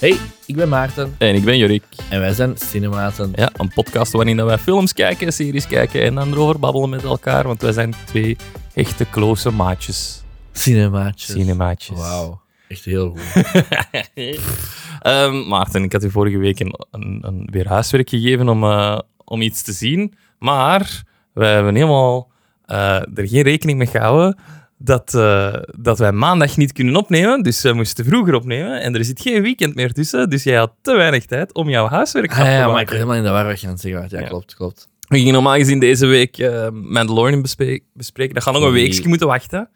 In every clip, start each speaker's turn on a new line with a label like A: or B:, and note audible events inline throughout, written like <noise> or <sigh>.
A: Hey, ik ben Maarten
B: En ik ben Jorik.
A: en wij zijn Cinematen.
B: Ja, een podcast waarin dat wij films kijken, series kijken en dan erover babbelen met elkaar. Want wij zijn twee echte close maatjes.
A: Cinemaatjes. Ah,
B: Cinemaatjes.
A: Dus, Wauw, echt heel goed.
B: <laughs> Ehm, Maarten, ik had u vorige week een, een, een weer huiswerk gegeven om, eh, om iets te zien. Maar we hebben helemaal eh, er geen rekening mee gehouden dat, eh, dat wij maandag niet kunnen opnemen. Dus we moesten vroeger opnemen. En er zit geen weekend meer tussen. Dus jij had te weinig tijd om jouw huiswerk af
A: Ah,
B: te
A: ja, maar ik
B: maken.
A: ben helemaal in de war wat je aan het zeggen was. Ja,
B: Ja.
A: klopt, klopt.
B: We gingen normaal gezien deze week eh, Mandalorian bespe- bespreken. Dat gaat nog een
A: Nee.
B: weekje moeten wachten.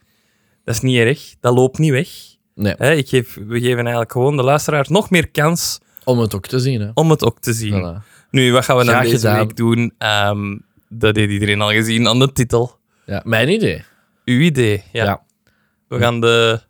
B: Dat is niet erg. Dat loopt niet weg.
A: Nee,
B: Hè, ik geef, we geven eigenlijk gewoon de luisteraar nog meer kans
A: om het ook te zien, hè.
B: om het ook te zien.
A: Voilà.
B: Nu, wat gaan we dan
A: Graag
B: deze
A: gedaan.
B: week doen? Ehm, dat heeft iedereen al gezien aan de titel.
A: Ja, mijn idee.
B: Uw idee. Ja.
A: Ja.
B: We gaan de,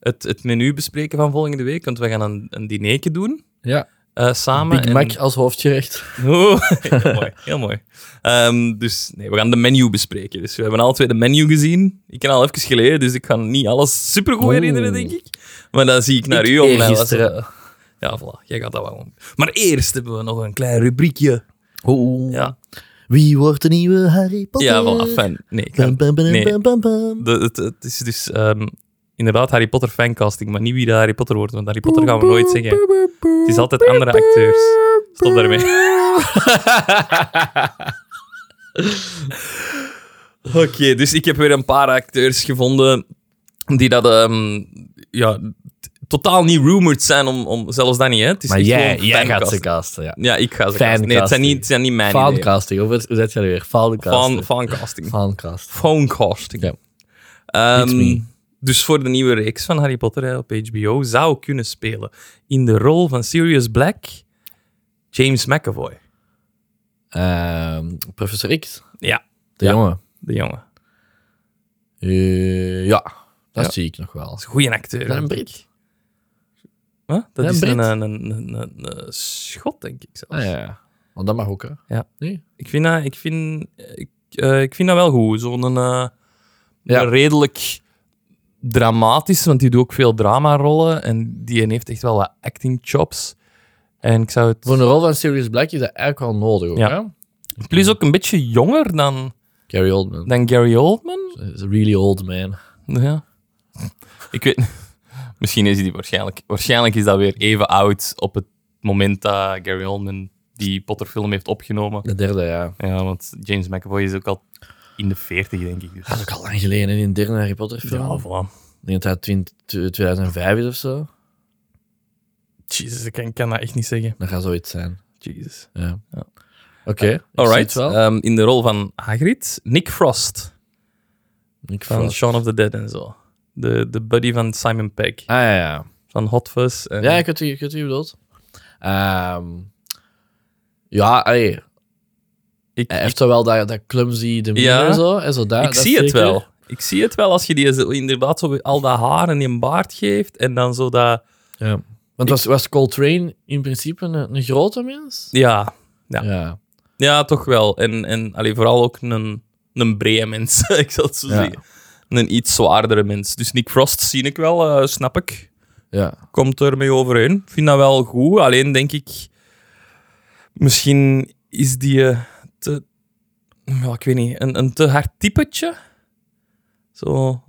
B: het, het menu bespreken van volgende week, want we gaan een, een dinertje doen
A: Ja,
B: eh, samen.
A: Big
B: en-
A: Mac als hoofdgerecht.
B: Oh, <laughs> heel mooi. Heel mooi. Ehm, dus nee, we gaan de menu bespreken. Dus we hebben alle twee de menu gezien. Ik ken al even geleden, dus ik kan niet alles supergoed herinneren, denk ik. Maar dan zie ik naar
A: Ik
B: u om. mij was-
A: eergisteren.
B: Ja, voilà. Jij gaat dat wel om. Maar eerst hebben we nog een klein rubriekje.
A: Oeh.
B: Ja,
A: Wie wordt de nieuwe Harry Potter?
B: ja voilà. Fan. Nee, ik
A: Bam,
B: kan-
A: bam, bam,
B: Nee.
A: bam, bam, bam.
B: de, het, het is dus ehm, inderdaad Harry Potter fancasting, maar niet wie de Harry Potter wordt, want Harry Potter gaan we nooit zeggen. Het is altijd andere acteurs. Stop daarmee. Oké, dus ik heb weer een paar acteurs gevonden die dat ehm, ja, t- totaal niet rumored zijn om, om zelfs dat niet. Hè. Het is
A: Maar
B: echt
A: jij,
B: gewoon
A: jij gaat ze
B: fancasting.
A: casten, ja.
B: Ja, ik ga ze casten. Nee, het zijn niet, het zijn niet mijn ideeën.
A: Fancasting, of hoe zet jij er weer? Fancasting.
B: Fan, fancasting.
A: Fancast.
B: Phonecasting.
A: Ja.
B: Ehm,
A: It's me.
B: dus voor de nieuwe reeks van Harry Potter hè, op HBO zou kunnen spelen in de rol van Sirius Black James McAvoy.
A: Ehm, Professor X,
B: Ja,
A: de
B: Ja.
A: jongen.
B: de jongen.
A: Eh, ja, dat
B: Ja.
A: zie ik nog wel.
B: Dat is een goede acteur.
A: Dat is een
B: denk
A: Brit.
B: ik. Wat? Dat
A: Ja, een
B: is een,
A: Brit.
B: een, een, een, een, een schot, denk ik zelfs.
A: Ah, ja, want dat mag ook, hè?
B: Ik vind dat, ik vind, ik, eh, ik vind dat wel goed. Zo'n eh,
A: Ja.
B: een redelijk dramatisch, want die doet ook veel dramarollen. En die heeft echt wel wat acting chops. En ik zou het...
A: Voor een rol van Sirius Black is dat eigenlijk wel nodig, ook,
B: Ja.
A: hè?
B: Plus ook een beetje jonger dan,
A: Gary Oldman.
B: dan Gary Oldman.
A: Is a really old man.
B: Ja. Ik weet Misschien is hij die waarschijnlijk. Waarschijnlijk is dat weer even oud op het moment dat Gary Oldman die Potterfilm heeft opgenomen.
A: De derde, ja.
B: Ja, want James McAvoy is ook al in de 40, denk ik. Dus.
A: Dat is ook al lang geleden, in de derde Harry Potter film.
B: Ja, voilà.
A: Ik denk dat dat 20 2005 is of zo.
B: Jezus, ik kan, kan dat echt niet zeggen.
A: Dat gaat zoiets zijn.
B: Jezus.
A: Ja.
B: Ja.
A: Oké, ik zie het
B: Alright.
A: wel.
B: Ehm, in de rol van Hagrid, Nick Frost
A: Ik Ah,
B: van
A: vond-
B: Shaun of the Dead en zo. De, de buddy van Simon Pegg.
A: Ah, ja, ja.
B: Van Hot Fuzz. En...
A: Ja, ik weet wie ik weet wie je bedoelt. Ehm, ja, allee,
B: ik,
A: hij heeft zo wel dat, dat clumsy de
B: Ja.
A: en zo. En zo dat,
B: ik
A: dat
B: zie het
A: zeker.
B: wel. Ik zie het wel als je die zo- inderdaad zo al dat haar en die baard geeft en dan zo dat...
A: Ja. Want was, was Coltrane in principe een, een grote mens?
B: Ja, Ja.
A: Ja.
B: ja toch wel. En, en allee, vooral ook een, een brede mens, <laughs> ik zal het zo
A: Ja.
B: zeggen. Een iets zwaardere mens. Dus Nick Frost zie ik wel, eh, snap ik.
A: ja.
B: Komt ermee overeen. Ik vind dat wel goed. Alleen denk ik... Misschien is die eh, te... Ja, ik weet niet. Een, een te hard typetje. Zo...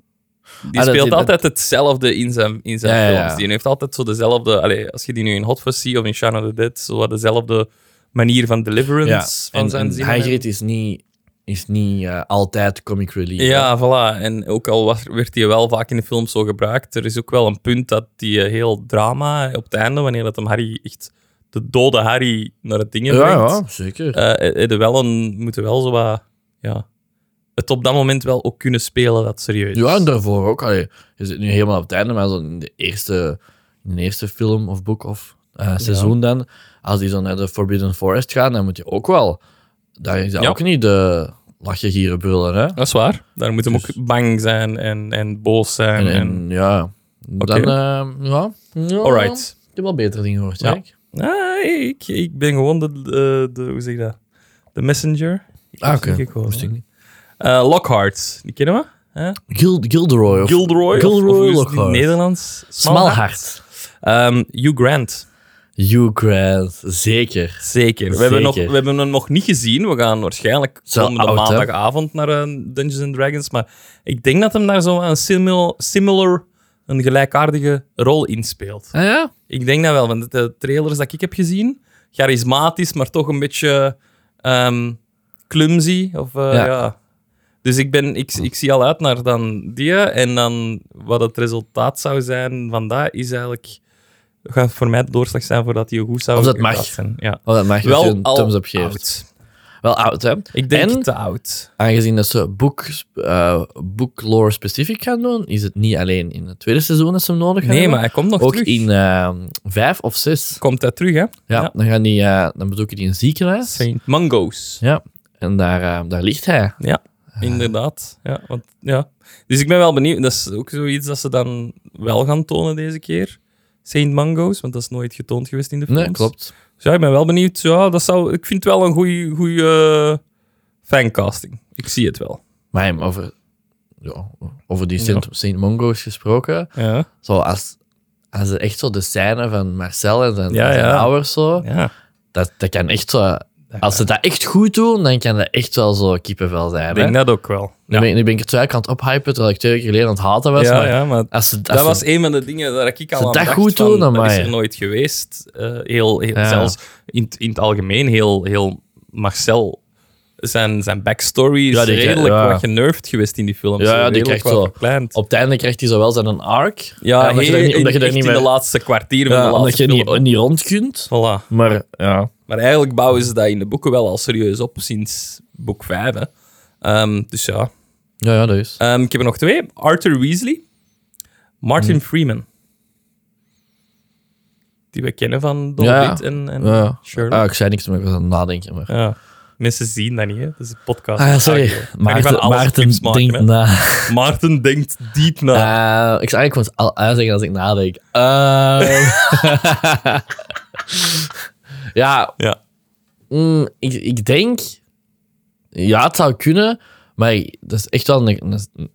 B: Die
A: Ah, dat-
B: speelt
A: dat-
B: altijd hetzelfde in zijn, in zijn
A: Ja, ja, ja.
B: films. Die heeft altijd zo dezelfde... Allee, als je die nu in Hot Fuzz ziet of in Shaun of the Dead, zo wat dezelfde manier van deliverance van
A: En,
B: zijn
A: en
B: zinnen.
A: Hagrid is niet, is niet eh, altijd comic relief.
B: Ja, voilà. En ook al was- werd die wel vaak in de films zo gebruikt, er is ook wel een punt dat die eh, heel drama eh, op het einde, wanneer dat hem Harry echt de dode Harry naar het ding
A: hè.
B: brengt,
A: ja,
B: eh
A: ja, zeker.
B: eh, eh, de wel een, moeten wel zo wat... Ja, het op dat moment wel ook kunnen spelen, dat serieus.
A: ja, en daarvoor ook. Allee, je zit nu helemaal op het einde, maar zo in de eerste, in de eerste film of boek of eh, seizoen dan, als die zo naar de Forbidden Forest gaan, dan moet je ook wel... Daar is dat
B: Ja.
A: ook niet de lachje gieren brullen, hè.
B: Dat is waar. Daar moet hem
A: Dus-
B: ook bang zijn en, en boos zijn.
A: En,
B: En,
A: en ja, dan... eh, ja, ja,
B: Alright.
A: Ik heb wel betere dingen gehoord,
B: Ja.
A: ja.
B: Ah, ik, ik ben gewoon de, de, de- Hoe zeg je dat? De messenger. Ik
A: Ah,
B: was
A: oké.
B: niet gekomen.
A: Moest ik niet.
B: Eh, Lockhart. Die kennen we? hè?
A: Gil- Gilderoy. Of
B: Gilroy,
A: Gilroy
B: of, of hoe is het in
A: Lockhart.
B: het Nederlands?
A: Smalhart.
B: Ehm, Hugh Grant.
A: Hugh Grant, zeker.
B: Zeker. We,
A: Zeker.
B: hebben nog, we hebben hem nog niet gezien. We gaan waarschijnlijk
A: Zo
B: komende
A: oud, hè?
B: maandagavond naar eh, Dungeons and Dragons. Maar ik denk dat hem daar zo een simil- similar, een gelijkaardige rol in speelt.
A: Ah ja?
B: Ik denk dat wel, want de trailers dat ik heb gezien, charismatisch, maar toch een beetje ehm, clumsy. Of, eh, ja.
A: Ja.
B: Dus ik, ben, ik, ik zie al uit naar dan die. En dan wat het resultaat zou zijn van dat, is eigenlijk... Gaat voor mij de doorslag zijn voordat hij goed zou
A: Of dat
B: geplaatst
A: mag.
B: zijn. Ja.
A: Oh, dat mag wel
B: Wel
A: je een
B: al
A: thumbs up geeft.
B: oud.
A: Wel oud, hè?
B: Ik denk
A: En-
B: te oud.
A: Aangezien dat ze boek, eh boeklore specifiek gaan doen, is het niet alleen in het tweede seizoen dat ze hem nodig
B: Nee,
A: hebben.
B: maar hij komt nog
A: ook
B: terug.
A: in eh, vijf of zes.
B: Komt hij terug, hè?
A: Ja,
B: Ja.
A: Dan, gaan die, eh, dan bezoeken die een ziekenhuis.
B: Saint Mangoes.
A: Ja, en daar, eh, daar ligt hij.
B: Ja, inderdaad. Ja, want, ja. Dus ik ben wel benieuwd. Dat is ook zoiets dat ze dan wel gaan tonen deze keer. Saint Mango's, want dat is nooit getoond geweest in de films.
A: Nee, klopt.
B: Dus ja, ik ben wel benieuwd. Ja, dat zou, ik vind het wel een goede goeie, eh, fancasting. Ik zie het wel.
A: Maar hem over, ja, over die Sint,
B: Ja.
A: Sint Mongo's gesproken,
B: Ja,
A: zo als, als het echt zo de scène van Marcel en zijn,
B: Ja,
A: zijn
B: ja.
A: ouders zo,
B: ja.
A: dat, dat kan echt zo... Als ze dat echt goed doen, dan kan dat echt wel zo kippenvel zijn.
B: ik
A: hè?
B: denk dat ook wel.
A: Nu,
B: Ja,
A: ben, ik- nu ben ik er twee keer aan het ophypen, terwijl ik twee keer geleden aan het haten was.
B: ja,
A: maar
B: ja, maar
A: Als ze, als
B: dat
A: ze-
B: was een van de dingen waar ik al
A: Ze
B: aan
A: dat
B: dacht
A: goed
B: van,
A: doen,
B: dat is
A: amai.
B: er nooit geweest. Eh, heel, heel-
A: Ja.
B: Zelfs in, het- in het algemeen heel, heel Marcel. Zijn, zijn backstory is
A: Ja, die-
B: redelijk
A: ja.
B: wat genervd geweest in die films.
A: Ja, ja, die
B: redelijk
A: krijgt
B: wat
A: zo-
B: verkleind.
A: Op het einde krijgt hij zowel zijn een arc,
B: ja,
A: omdat je
B: heel-
A: er niet- omdat je er
B: echt
A: niet
B: in de
A: meer-
B: laatste kwartier van
A: ja,
B: de
A: omdat
B: laatste
A: je
B: film.
A: niet, niet rond kunt.
B: Voilà.
A: Maar ja,
B: Maar eigenlijk bouwen ze dat in de boeken wel al serieus op sinds boek 5. Hè. Ehm, dus ja.
A: ja, ja dat is.
B: Ehm, ik heb er nog twee. Arthur Weasley. Martin Freeman. Die we kennen van Don
A: Ja.
B: Blit en, en
A: Ja.
B: Sherlock.
A: Ah, ik zei niks, maar ik was aan het nadenken. Maar...
B: Ja. Mensen zien dat niet, hè. Dat is een podcast.
A: Ah, ja, sorry.
B: Ik kan niet
A: Maarten,
B: van alles
A: Maarten
B: clips maken,
A: denkt
B: hè.
A: na.
B: Maarten denkt diep na.
A: Eh, ik zou eigenlijk gewoon al uitzeggen als ik nadenk. Ehm. <laughs> ja,
B: Ja.
A: mm, ik, ik denk... Ja, het zou kunnen, maar ik- dat is echt wel een, dat is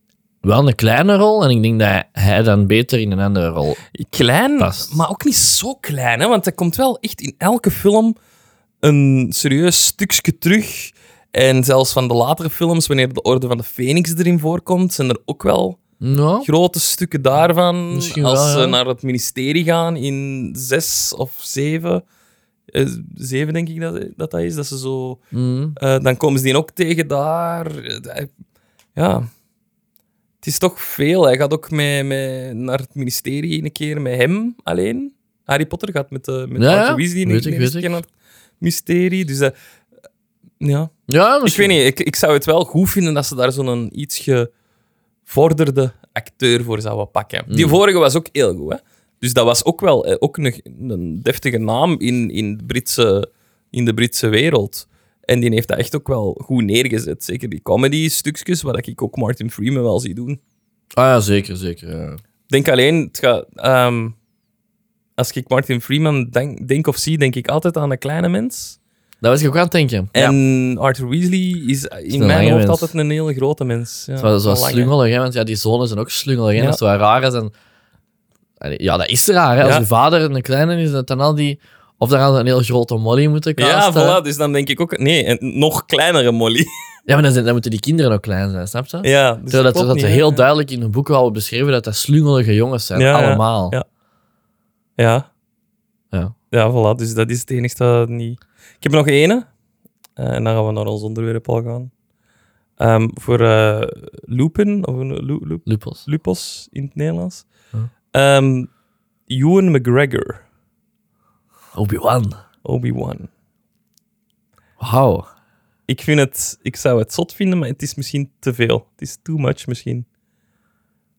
A: wel een kleine rol. En ik denk dat hij dan beter in een andere rol...
B: Klein,
A: Past.
B: maar ook niet zo klein, hè. Want er komt wel echt in elke film een serieus stukje terug. En zelfs van de latere films, wanneer de Orde van de Phoenix erin voorkomt, zijn er ook wel
A: Nou,
B: grote stukken daarvan.
A: Misschien
B: als
A: wel,
B: ze
A: ja.
B: naar het ministerie gaan in zes of zeven. eh, zeven denk ik dat dat, dat is. Dat ze zo,
A: mm,
B: eh, dan komen ze die ook tegen daar. Eh, hij- Ja. Het is toch veel. Hij gaat ook mee, mee naar het ministerie een keer met hem alleen. Harry Potter gaat met, de met
A: Ja, ja.
B: Arthur Weasley een-
A: Weet ik,
B: een
A: weet
B: keer
A: ik.
B: naar het ministerie. Dus dat- ja.
A: ja,
B: Ik weet
A: misschien.
B: niet, ik, ik zou het wel goed vinden dat ze daar zo'n iets gevorderde acteur voor zouden pakken. Die
A: Mm.
B: vorige was ook heel goed, hè? Dus dat was ook wel eh, ook een, een deftige naam in, in, de Britse, in de Britse wereld. En die heeft dat echt ook wel goed neergezet. Zeker die comedy-stukjes, wat ik ook Martin Freeman wel zie doen.
A: Ah ja, zeker, zeker. ja.
B: Ik denk alleen, het gaat, ehm, als ik Martin Freeman denk, denk of zie, denk ik altijd aan een kleine mens.
A: Dat was ik ook aan het denken. ja.
B: En Arthur Weasley is in
A: een
B: mijn
A: lange
B: hoofd
A: mens.
B: altijd een hele grote mens. Ja,
A: Zo, zo
B: een lange.
A: slungelig, hè? want ja, die zonen zijn ook slungelig. Hè?
B: Ja.
A: Dat is wel raar. Is en... Allee, Ja, dat is raar. Hè? Als
B: Ja.
A: je vader een kleine is, dat dan al die... Of dan gaan ze een heel grote molly moeten
B: Ja,
A: casten.
B: voilà, dus dan denk ik ook... Nee, een nog kleinere
A: <laughs>
B: Molly.
A: Ja, maar dan, zijn, dan moeten die kinderen ook klein zijn, snap je?
B: Ja, dus
A: Terwijl dat,
B: klopt
A: dat
B: niet,
A: ze
B: hè?
A: heel duidelijk in hun boeken al beschreven dat dat slungelige jongens zijn,
B: Ja, ja.
A: allemaal.
B: Ja. Ja.
A: Ja.
B: Ja, voilà, dus dat is het enige dat niet... Ik heb nog ene. Eh, en dan gaan we naar ons onderwerp al gaan. Ehm, voor eh, Lupin, of een Lu- Lu-
A: Lupels.
B: Lupos in het Nederlands.
A: Ja.
B: Ehm, Ewan McGregor,
A: Obi-Wan.
B: Obi-Wan.
A: Wauw.
B: Ik vind het... Ik zou het zot vinden, maar het is misschien te veel. Het is too much, misschien.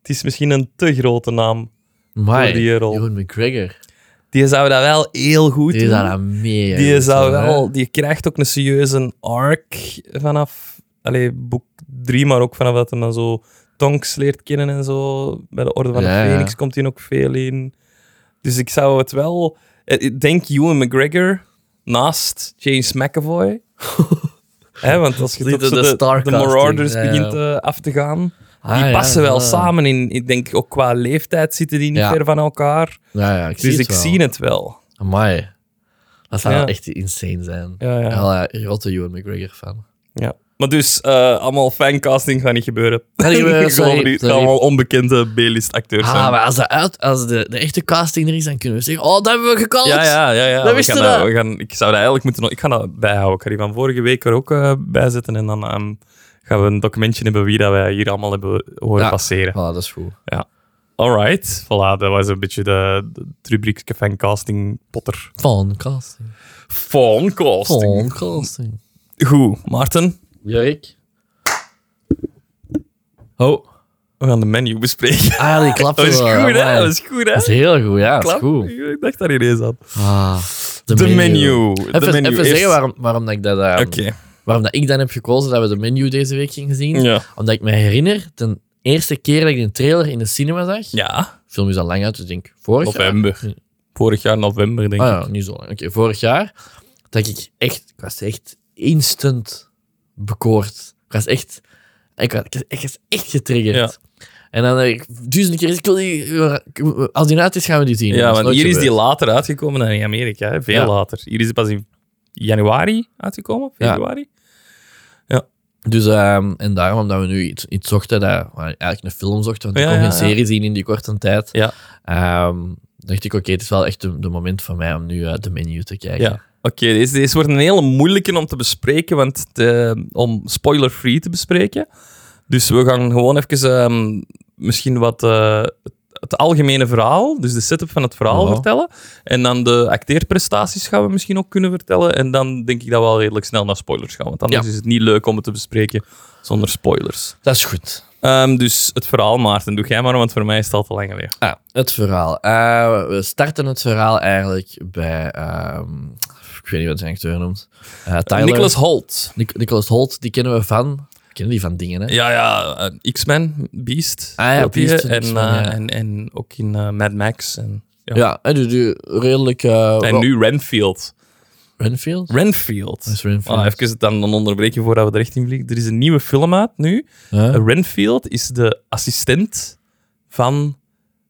B: Het is misschien een te grote naam.
A: Maar
B: Voor die eh, rol.
A: Ewan McGregor.
B: Die zou dat wel heel goed
A: Die
B: doen.
A: is daar aan meer.
B: die,
A: goed
B: zou
A: van, hè?
B: wel, die krijgt ook een serieuze arc vanaf allee, boek 3, maar ook vanaf dat hij dan zo Tonks leert kennen en zo. Bij de Orde van
A: Ja,
B: de
A: ja.
B: Phoenix komt hij ook veel in. Dus ik zou het wel... eh, Ik denk Ewan McGregor naast
A: <laughs>
B: James McAvoy. Hè, want als je
A: Die
B: toch
A: de-
B: zo
A: de
B: de, de,
A: starcasting,
B: Marauders
A: ja, ja.
B: begint eh, af te gaan,
A: Ah,
B: die
A: ja,
B: passen wel
A: ja.
B: samen in. Ik denk ook qua leeftijd zitten die niet
A: Ja.
B: ver van elkaar.
A: Ja, ja, ik zie
B: dus
A: het
B: ik
A: wel.
B: zie het wel.
A: Amai. Dat zou
B: Ja.
A: echt insane zijn.
B: Ja, ja.
A: Ja, ja, grote Ewan McGregor fan.
B: Ja. Maar dus, eh, allemaal fancasting gaat niet gebeuren.
A: Gaat niet gebeuren,
B: Ik geloof
A: <laughs> sorry,
B: niet. Het gaan
A: sorry.
B: allemaal onbekende B-list acteurs zijn.
A: Ah, maar als, dat uit, als de, de echte casting er is, dan kunnen we zeggen: Oh, dat hebben we gekald.
B: Ja, ja, ja. ja.
A: Dat
B: we
A: wist
B: gaan
A: je
B: dat-
A: dat?
B: we gaan, ik zou dat eigenlijk moeten... nog- Ik ga dat bijhouden. Ik ga die van vorige week er ook eh, bij zetten. En dan ehm, gaan we een documentje hebben wie dat wij hier allemaal hebben horen
A: Ja.
B: passeren.
A: Voilà, Ah, dat is goed.
B: Alright. Voilà, dat was een beetje de, de het rubriekje van casting potter.
A: Fan casting.
B: Van casting.
A: Fan casting.
B: Goed. Maarten,
A: Jurk. Oh.
B: we gaan de menu bespreken.
A: Ah, ja, die klapte
B: <laughs> Dat is
A: wel.
B: goed, hè?
A: Amai.
B: Dat is goed, hè?
A: Dat is heel goed, ja. Dat is
B: Klap.
A: goed.
B: Ik dacht daar ineens aan.
A: Ah, de,
B: De menu. De
A: Even,
B: menu
A: even
B: eerst.
A: zeggen waarom, waarom, dat ik dat, eh,
B: Oké.
A: waarom dat ik dan heb gekozen dat we de menu deze week gingen zien.
B: Ja.
A: Omdat ik me herinner, de eerste keer dat ik de trailer in de cinema zag.
B: Ja.
A: De film is al lang uit, dus ik denk vorig jaar.
B: November. Vorig jaar november, denk
A: Ah
B: ik.
A: ja, niet zo lang. Oké, vorig jaar. Dat ik echt, ik was echt instant bekoord. Ik was echt, ik was, ik was- ik was echt getriggerd. En dan heb ik duizend keer, ik wil die, als die uit is, gaan we die zien.
B: Ja,
A: Dat is
B: want
A: nooit
B: hier is die
A: gebeurd.
B: later uitgekomen dan in Amerika. Hè? Veel
A: Ja.
B: later. Hier is die pas in januari uitgekomen.
A: Ja.
B: Februari.
A: Dus, ehm, en daarom, omdat we nu iets, iets zochten, dat, well, eigenlijk een film zochten, want ik
B: Ja,
A: kon
B: ja,
A: geen serie zien in die korte tijd,
B: Ja.
A: ehm, dacht ik, oké, het is wel echt de, de moment voor mij om nu eh, de menu te kijken.
B: Ja. Oké, deze, deze wordt een hele moeilijke om te bespreken, want de- om spoiler-free te bespreken. Dus we gaan gewoon even ehm, misschien wat eh, het, het algemene verhaal, dus de setup van het verhaal
A: Ja.
B: vertellen. En dan de acteerprestaties gaan we misschien ook kunnen vertellen. En dan denk ik dat we al redelijk snel naar spoilers gaan, want anders
A: Ja.
B: is het niet leuk om het te bespreken zonder spoilers.
A: Dat is goed.
B: Ehm, dus het verhaal, Maarten, doe jij maar, want voor mij is het al te lang geleden.
A: Ah, het verhaal. Eh, we starten het verhaal eigenlijk bij. ehm, ik weet niet wat zijn acteur noemt. Eh, Tyler.
B: Nicholas Holt.
A: Nic- Nicholas Holt, die kennen we van. We kennen die van dingen, hè?
B: Ja, ja, eh, X-Men, Beast.
A: Ah ja,
B: speelt hij,
A: Beast in
B: En,
A: X-Men,
B: eh,
A: ja.
B: en, en ook in eh, Mad Max. En, ja.
A: Ja, en die, die redelijk. eh,
B: en
A: wel-
B: nu Renfield.
A: Renfield?
B: Renfield.
A: Dat is Renfield.
B: Ah, even het dan een onderbreken voordat we er echt in vliegen. Er is een nieuwe film uit nu. Eh,
A: Ja.
B: Renfield is de assistent van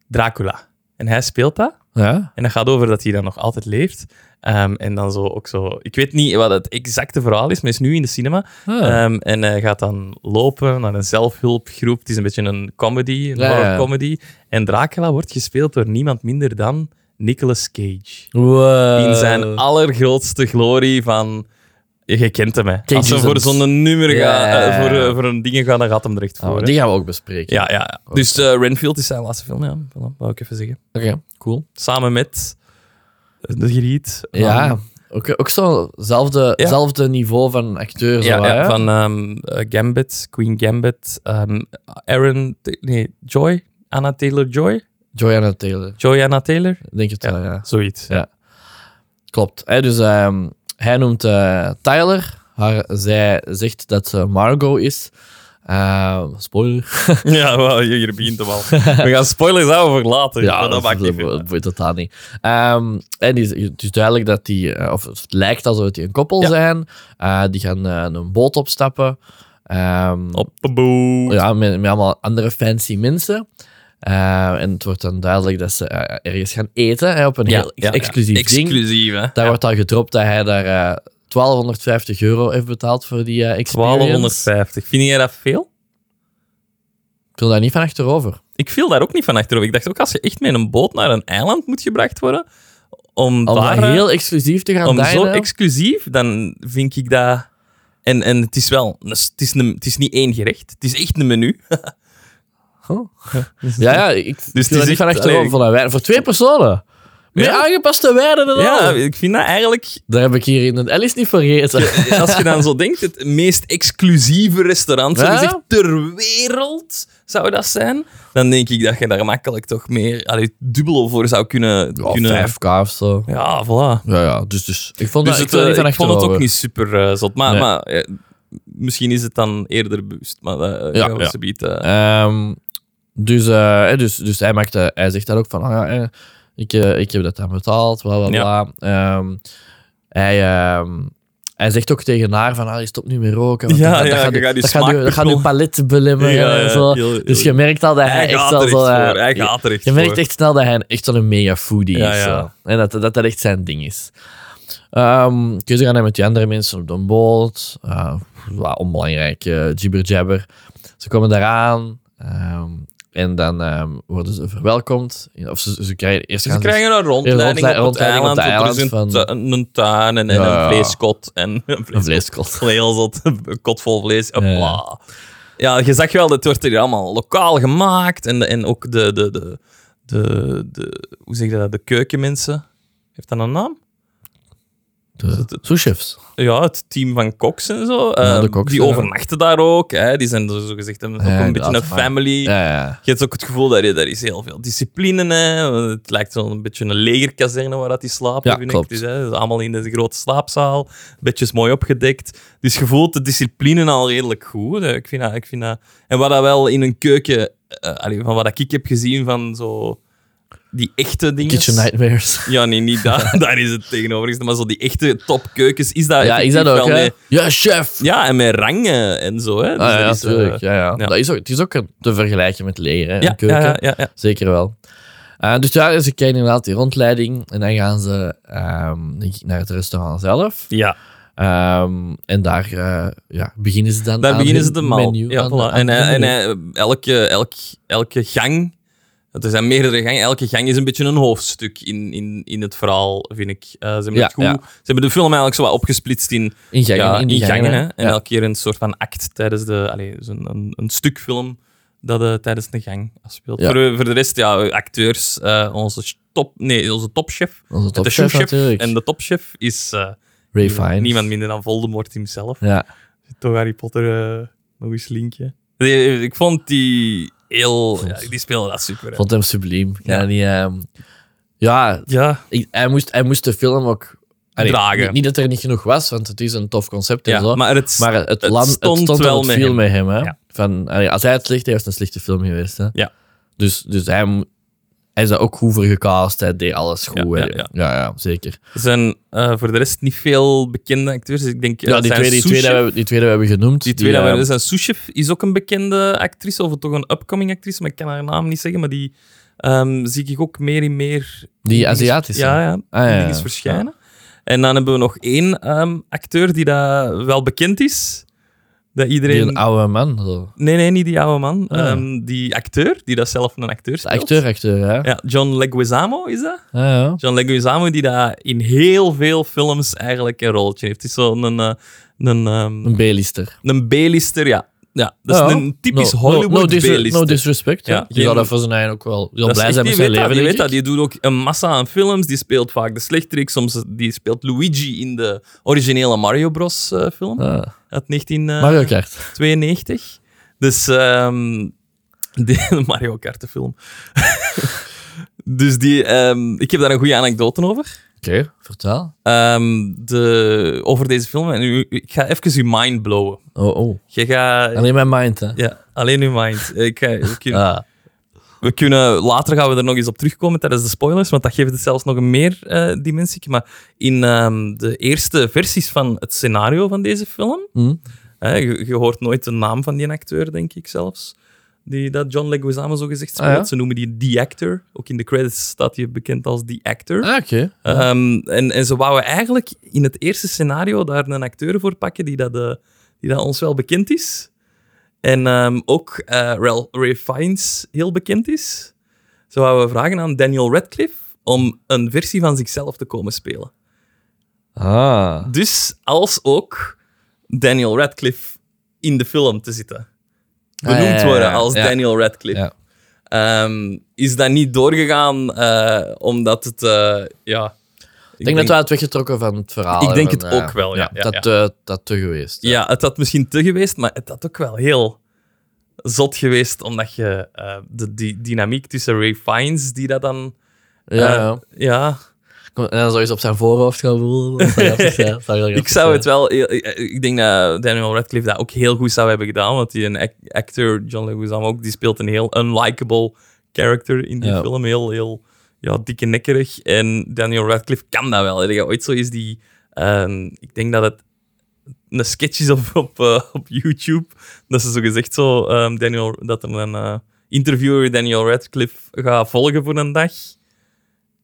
B: Dracula. En hij speelt dat.
A: Ja?
B: En dat gaat over dat hij dan nog altijd leeft. Ehm, en dan zo ook zo... Ik weet niet wat het exacte verhaal is, maar hij is nu in de cinema.
A: Ah.
B: Ehm, en hij gaat dan lopen naar een zelfhulpgroep. Het is een beetje een comedy, een
A: Ja,
B: horror
A: ja.
B: comedy. En Dracula wordt gespeeld door niemand minder dan Nicolas Cage.
A: Wow. Ah,
B: In zijn allergrootste glorie van... Je kent hem, hè.
A: Cage
B: Als ze
A: is
B: voor
A: ons-
B: zo'n nummer
A: Ja,
B: gaan,
A: ja, ja.
B: eh, voor, eh, voor een dingen gaan, dan gaat hem er echt
A: Ah,
B: voor. hè.
A: die gaan we ook bespreken.
B: ja, ja, ja. Dus eh, Renfield is zijn laatste film, ja. Voilà, wou ik even zeggen.
A: Oké, cool.
B: Samen met eh, de Griet. van-
A: Ja. Ook, ook zo'n zelfde,
B: Ja.
A: zelfde niveau van acteur. zo,
B: Ja, ja,
A: hè?
B: van ehm, eh, Gambit, Queen Gambit, ehm, Aaron, Ta- nee, Joy, Anna Taylor Joy,
A: Joanna Taylor.
B: Joy Anna Taylor,
A: Denk het wel, ja.
B: zoiets.
A: Ja. Klopt. Hè? Dus ehm, hij noemt eh, Tyler. Haar, zij zegt dat ze Margot is. Ehm, spoiler.
B: <laughs> Ja, wel, hier hier begint hem al. We gaan spoilers houden voor later, maar dat maakt niet
A: bo-
B: veel.
A: boeit eh, totaal niet. Ehm, en die- het is duidelijk dat die, eh, of het lijkt alsof die een koppel
B: Ja.
A: zijn. Eh, die gaan eh, een boot opstappen. Ehm,
B: Op de boot.
A: Ja, met, met allemaal andere fancy mensen. Eh, en het wordt dan duidelijk dat ze eh, ergens gaan eten hè, op een heel ex- exclusief ding.
B: Exclusief, hè.
A: Daar wordt dan gedropt dat hij daar eh, 1250 euro heeft betaald voor die eh experience.
B: 1250. Vind jij dat veel?
A: Ik wil daar niet van achterover.
B: Ik viel daar ook niet van achterover. Ik dacht ook, als je echt met een boot naar een eiland moet gebracht worden, om
A: Om
B: daar... eh,
A: dat heel exclusief te gaan
B: om
A: dinen.
B: zo exclusief, dan vind ik dat. En, en het is wel, een s- het is, een, het is niet één gerecht, het is echt een
A: <laughs>
B: menu.
A: Oh. Ja, ja,
B: <laughs>
A: ik
B: het is
A: dus wil daar
B: echt-
A: niet van achterover.
B: allee, ik-
A: voor, een wijn- voor twee personen. Met
B: Ja.
A: aangepaste wijnen en
B: Ja,
A: al.
B: ik vind dat eigenlijk,
A: Daar heb ik hier in het Alice niet vergeten.
B: als je dan zo denkt, het meest exclusieve restaurant zo
A: Ja.
B: gezegd, ter wereld zou dat zijn. Dan denk ik dat je daar makkelijk toch meer, allee, dubbel voor zou kunnen.
A: <laughs> Ja,
B: kunnen
A: 5k of zo.
B: ja voilà.
A: Ja, ja. Dus, dus ik vond
B: Dus
A: dat,
B: het,
A: ik wil
B: eh,
A: daar
B: ik,
A: niet van
B: vond
A: achterover.
B: het ook niet super eh, zot. Maar,
A: Nee.
B: maar eh, misschien is het dan eerder bewust. Maar dat eh,
A: Ja,
B: gaan we
A: ja.
B: zometeen, eh,
A: Ehm, dus, eh, hè, dus, dus hij, maakt, eh, hij zegt daar ook van, ah, ja, eh, ik, eh, ik heb dat aan betaald, bla bla bla. Ehm, hij, ehm, hij zegt ook tegen haar van, ah, stop nu meer roken. want
B: Ja,
A: dat, dat
B: ja,
A: gaat
B: je
A: je-
B: gaat die
A: dat gaat je- dat gaat je
B: smaakprikkel-
A: palet belemmeren
B: Ja,
A: en
B: ja,
A: zo.
B: heel- heel-
A: dus je merkt al dat hij,
B: Hij
A: echt
B: gaat
A: al
B: er echt
A: zo...
B: voor.
A: eh,
B: Hij
A: je-
B: gaat er echt
A: Je merkt
B: voor.
A: echt snel dat hij een- echt wel een mega foodie
B: Ja,
A: is.
B: ja.
A: zo. En dat, dat dat echt zijn ding is. Ehm keuze gaan hebben met die andere mensen op de boot. Eh, wat onbelangrijk, eh, jibber-jabber. Ze komen daaraan ehm, en dan ehm, worden ze verwelkomd. Of ze, ze krijgen eerst
B: Ze
A: gaan
B: krijgen een rondleiding,
A: rondle-
B: op het
A: rondleiding
B: eiland.
A: op het
B: want er is
A: eiland
B: een, tu- een tuin en, en
A: Ja.
B: een vleeskot. En <laughs> een
A: een
B: vleeskot.
A: vleeskot.
B: Vleeskot, een <laughs> kot vol vlees. Ja.
A: Ja.
B: bla. ja, je zag wel, dit wordt hier allemaal lokaal gemaakt. En, de- en ook de, de, de, de, de... Hoe zeg je dat? De keukenmensen. Heeft dat een naam?
A: De sous-chefs.
B: Ja, het team van koks en zo.
A: Ja,
B: eh,
A: de koks,
B: die
A: ja.
B: overnachten daar ook. Hè. Die zijn zo gezegd een, ook
A: Ja,
B: een
A: de
B: beetje een
A: afvaart.
B: family.
A: Ja, ja.
B: Je hebt ook het gevoel dat je daar is heel veel discipline. Hè? want Het lijkt wel een beetje een legerkazerne waar dat die slapen.
A: Ja,
B: vind
A: klopt.
B: Ik. Dus, hè, dat is allemaal in deze grote slaapzaal. Bedjes mooi opgedekt. Dus je voelt de discipline al redelijk goed. hè. Ik vind dat, ik vind dat... En wat dat wel in een keuken... eh, allee, van wat ik heb gezien van zo... Die echte dingen.
A: Kitchen Nightmares.
B: Ja, nee,
A: <laughs>
B: niet dat. daar is het tegenovergestelde. Maar zo die echte topkeukens. Is dat
A: Ja, is dat
B: effectief
A: ook,
B: wel
A: hè?
B: met-
A: Ja, chef!
B: Ja, en met rangen en zo. Hè. Dus
A: Ah, ja,
B: dat is, eh,
A: natuurlijk. Ja, ja.
B: ja.
A: Dat is ook, het is ook een- te vergelijken met leger, hè? een
B: ja,
A: keuken.
B: ja, ja, ja, ja.
A: Zeker wel. Eh, dus ja, ze krijgen inderdaad die rondleiding en dan gaan ze ehm, denk ik, naar het restaurant zelf.
B: ja.
A: Ehm, en daar eh, ja, beginnen ze dan
B: Daar
A: aan
B: beginnen ze
A: hun
B: de maal.
A: menu,
B: Ja,
A: aan-
B: voilà.
A: aan
B: En,
A: hun
B: eh, en
A: menu.
B: eh, elke, elk, elke gang, er zijn meerdere gangen, elke gang is een beetje een hoofdstuk in, in, in het verhaal, vind ik. Eh, ze, hebben
A: Ja,
B: het goed,
A: ja.
B: ze hebben de film eigenlijk zo wat opgesplitst in,
A: in gangen.
B: ja,
A: in
B: in
A: die
B: gangen.
A: gangen,
B: hè. En
A: Ja.
B: elke keer een soort van act tijdens de... Allee, dus een, een, een stuk film dat eh, tijdens de gang afspeelt.
A: Ja.
B: Voor, voor de rest, ja, acteurs, eh, onze, top, nee, onze topchef.
A: Onze
B: de
A: topchef
B: shoechef
A: natuurlijk.
B: En de topchef is eh,
A: Ray Fiennes.
B: niemand minder dan Voldemort himself
A: Ja.
B: toch Harry Potter eh, nog eens linkje. Die- ik vond die heel...
A: Vond-
B: Ja, die speelde dat super. hè.
A: Vond hem subliem. Ik
B: Ja.
A: kan niet, ehm, ja,
B: ja,
A: ik- hij, moest, hij moest de film ook... Allee,
B: Dragen.
A: Niet, niet dat er niet genoeg was, want het is een tof concept en
B: ja,
A: zo.
B: maar het...
A: Maar het, land, het
B: stond
A: stond, wel
B: wel
A: het
B: met
A: viel
B: hem.
A: met hem. Hè?
B: Ja.
A: Van, allee, als hij het slecht heeft, is het een slechte film geweest. Hè?
B: Ja.
A: Dus, dus hij, mo- hij is daar ook goed voor gecast. Hij deed alles goed. hè.
B: ja, ja.
A: ja, zeker.
B: er zijn eh, voor de rest niet veel bekende acteurs. Dus ik denk, eh,
A: Ja, die,
B: zijn
A: twee, die, twee dat
B: sous-chef-
A: we, hebben- die twee dat we hebben genoemd.
B: Die twee dat we
A: eh,
B: hebben. Zijn sous-chef is ook een bekende actrice, of toch een upcoming actrice, maar ik kan haar naam niet zeggen. Maar die ehm, zie ik ook meer en meer...
A: Die Aziatische.
B: Ja, ja.
A: Ah, ja,
B: die
A: ja.
B: dinges verschijnen. En dan hebben we nog één ehm, acteur die dat wel bekend is. Dat iedereen...
A: die een oude man. Zo.
B: Nee, nee, niet die oude man.
A: Ah.
B: Ehm, die acteur, die dat zelf een acteur
A: De
B: speelt.
A: acteur, acteur, hè? Ja.
B: Ja, John Leguizamo is dat?
A: ja.
B: John Leguizamo die daar in heel veel films eigenlijk een rolletje heeft. Het is zo'n een, eh, een, ehm,
A: Een B-lister.
B: een B-lister, ja. ja. Dat is
A: Ja.
B: een typisch
A: No- no-
B: Hollywood
A: no, dis-
B: B-lister.
A: No disrespect. hè.
B: Ja,
A: die
B: die-
A: zou dat voor zijn eigen ook wel heel
B: Dat is
A: blij
B: echt-
A: zijn met
B: die
A: zijn
B: weet dat,
A: leven,
B: die, weet
A: denk
B: dat.
A: ik.
B: die doet ook een massa aan films. Die speelt vaak de slechterik. Soms eh, die speelt Luigi in de originele Mario Bros. eh, film
A: Ah,
B: uit 19... eh,
A: Mario Kart.
B: 92. Dus ehm, die, <laughs> Mario Kart de film. <laughs> dus die, ehm, ik heb daar een goede anekdote over.
A: Oké, vertel.
B: Ehm, de, over deze film. En u, ik ga even uw mind blowen.
A: Oh, oh.
B: Je gaat...
A: Alleen mijn mind, hè?
B: Ja, alleen uw mind. Ik ga, we, kunnen,
A: Ah,
B: we kunnen- later gaan we er nog eens op terugkomen tijdens de spoilers, want dat geeft het zelfs nog een meer eh, dimensie. Maar in ehm, de eerste versies van het scenario van deze film
A: hm.
B: Hè, je, je hoort nooit de naam van die acteur, denk ik zelfs. Die, dat John Leguizamo zo gezegd
A: Ah,
B: speelt.
A: ja?
B: Ze noemen die The Actor. Ook in de credits staat hij bekend als The Actor.
A: Ah, oké.
B: Ehm, en, en ze wouden eigenlijk in het eerste scenario daar een acteur voor pakken die dat, eh, die dat ons wel bekend is. En ehm, ook eh, Ralph- Ray Fiennes heel bekend is. Ze wouden vragen aan Daniel Radcliffe om een versie van zichzelf te komen spelen.
A: Ah.
B: Dus als ook Daniel Radcliffe in de film te zitten. Benoemd
A: Ah, ja, ja, ja,
B: worden
A: ja.
B: als
A: Ja.
B: Daniel Radcliffe.
A: Ja.
B: Ehm, is dat niet doorgegaan eh, omdat het. eh, ja,
A: Ik denk, dat we het weggetrokken van het verhaal.
B: Ik
A: hè,
B: denk
A: van,
B: het
A: eh,
B: ook wel, ja, ja,
A: dat, te dat te geweest. hè.
B: Ja, het had misschien te geweest, maar het had ook wel heel zot geweest. Omdat je eh, de di- dynamiek tussen Ray Fiennes, die dat dan.
A: Ja,
B: eh,
A: ja.
B: ja,
A: Kom, En dan zou je ze op zijn voorhoofd gaan
B: <laughs>
A: voelen. Dat zou grappig zijn, dat zou heel
B: Ik
A: grappig
B: zou
A: zijn.
B: het wel. eh, Ik denk dat Daniel Radcliffe dat ook heel goed zou hebben gedaan. Want die een ac- acteur, John Leguizamo, ook, die speelt een heel unlikable character in die
A: Ja.
B: film. Heel, heel ja, dikke nekkerig. En Daniel Radcliffe kan dat wel. Er gaat ooit zo is die. ehm, ik denk dat het een sketch is op, op, eh, op YouTube. Dat ze zo gezegd zo. ehm, Daniel, dat er een eh, interviewer Daniel Radcliffe gaat volgen voor een dag.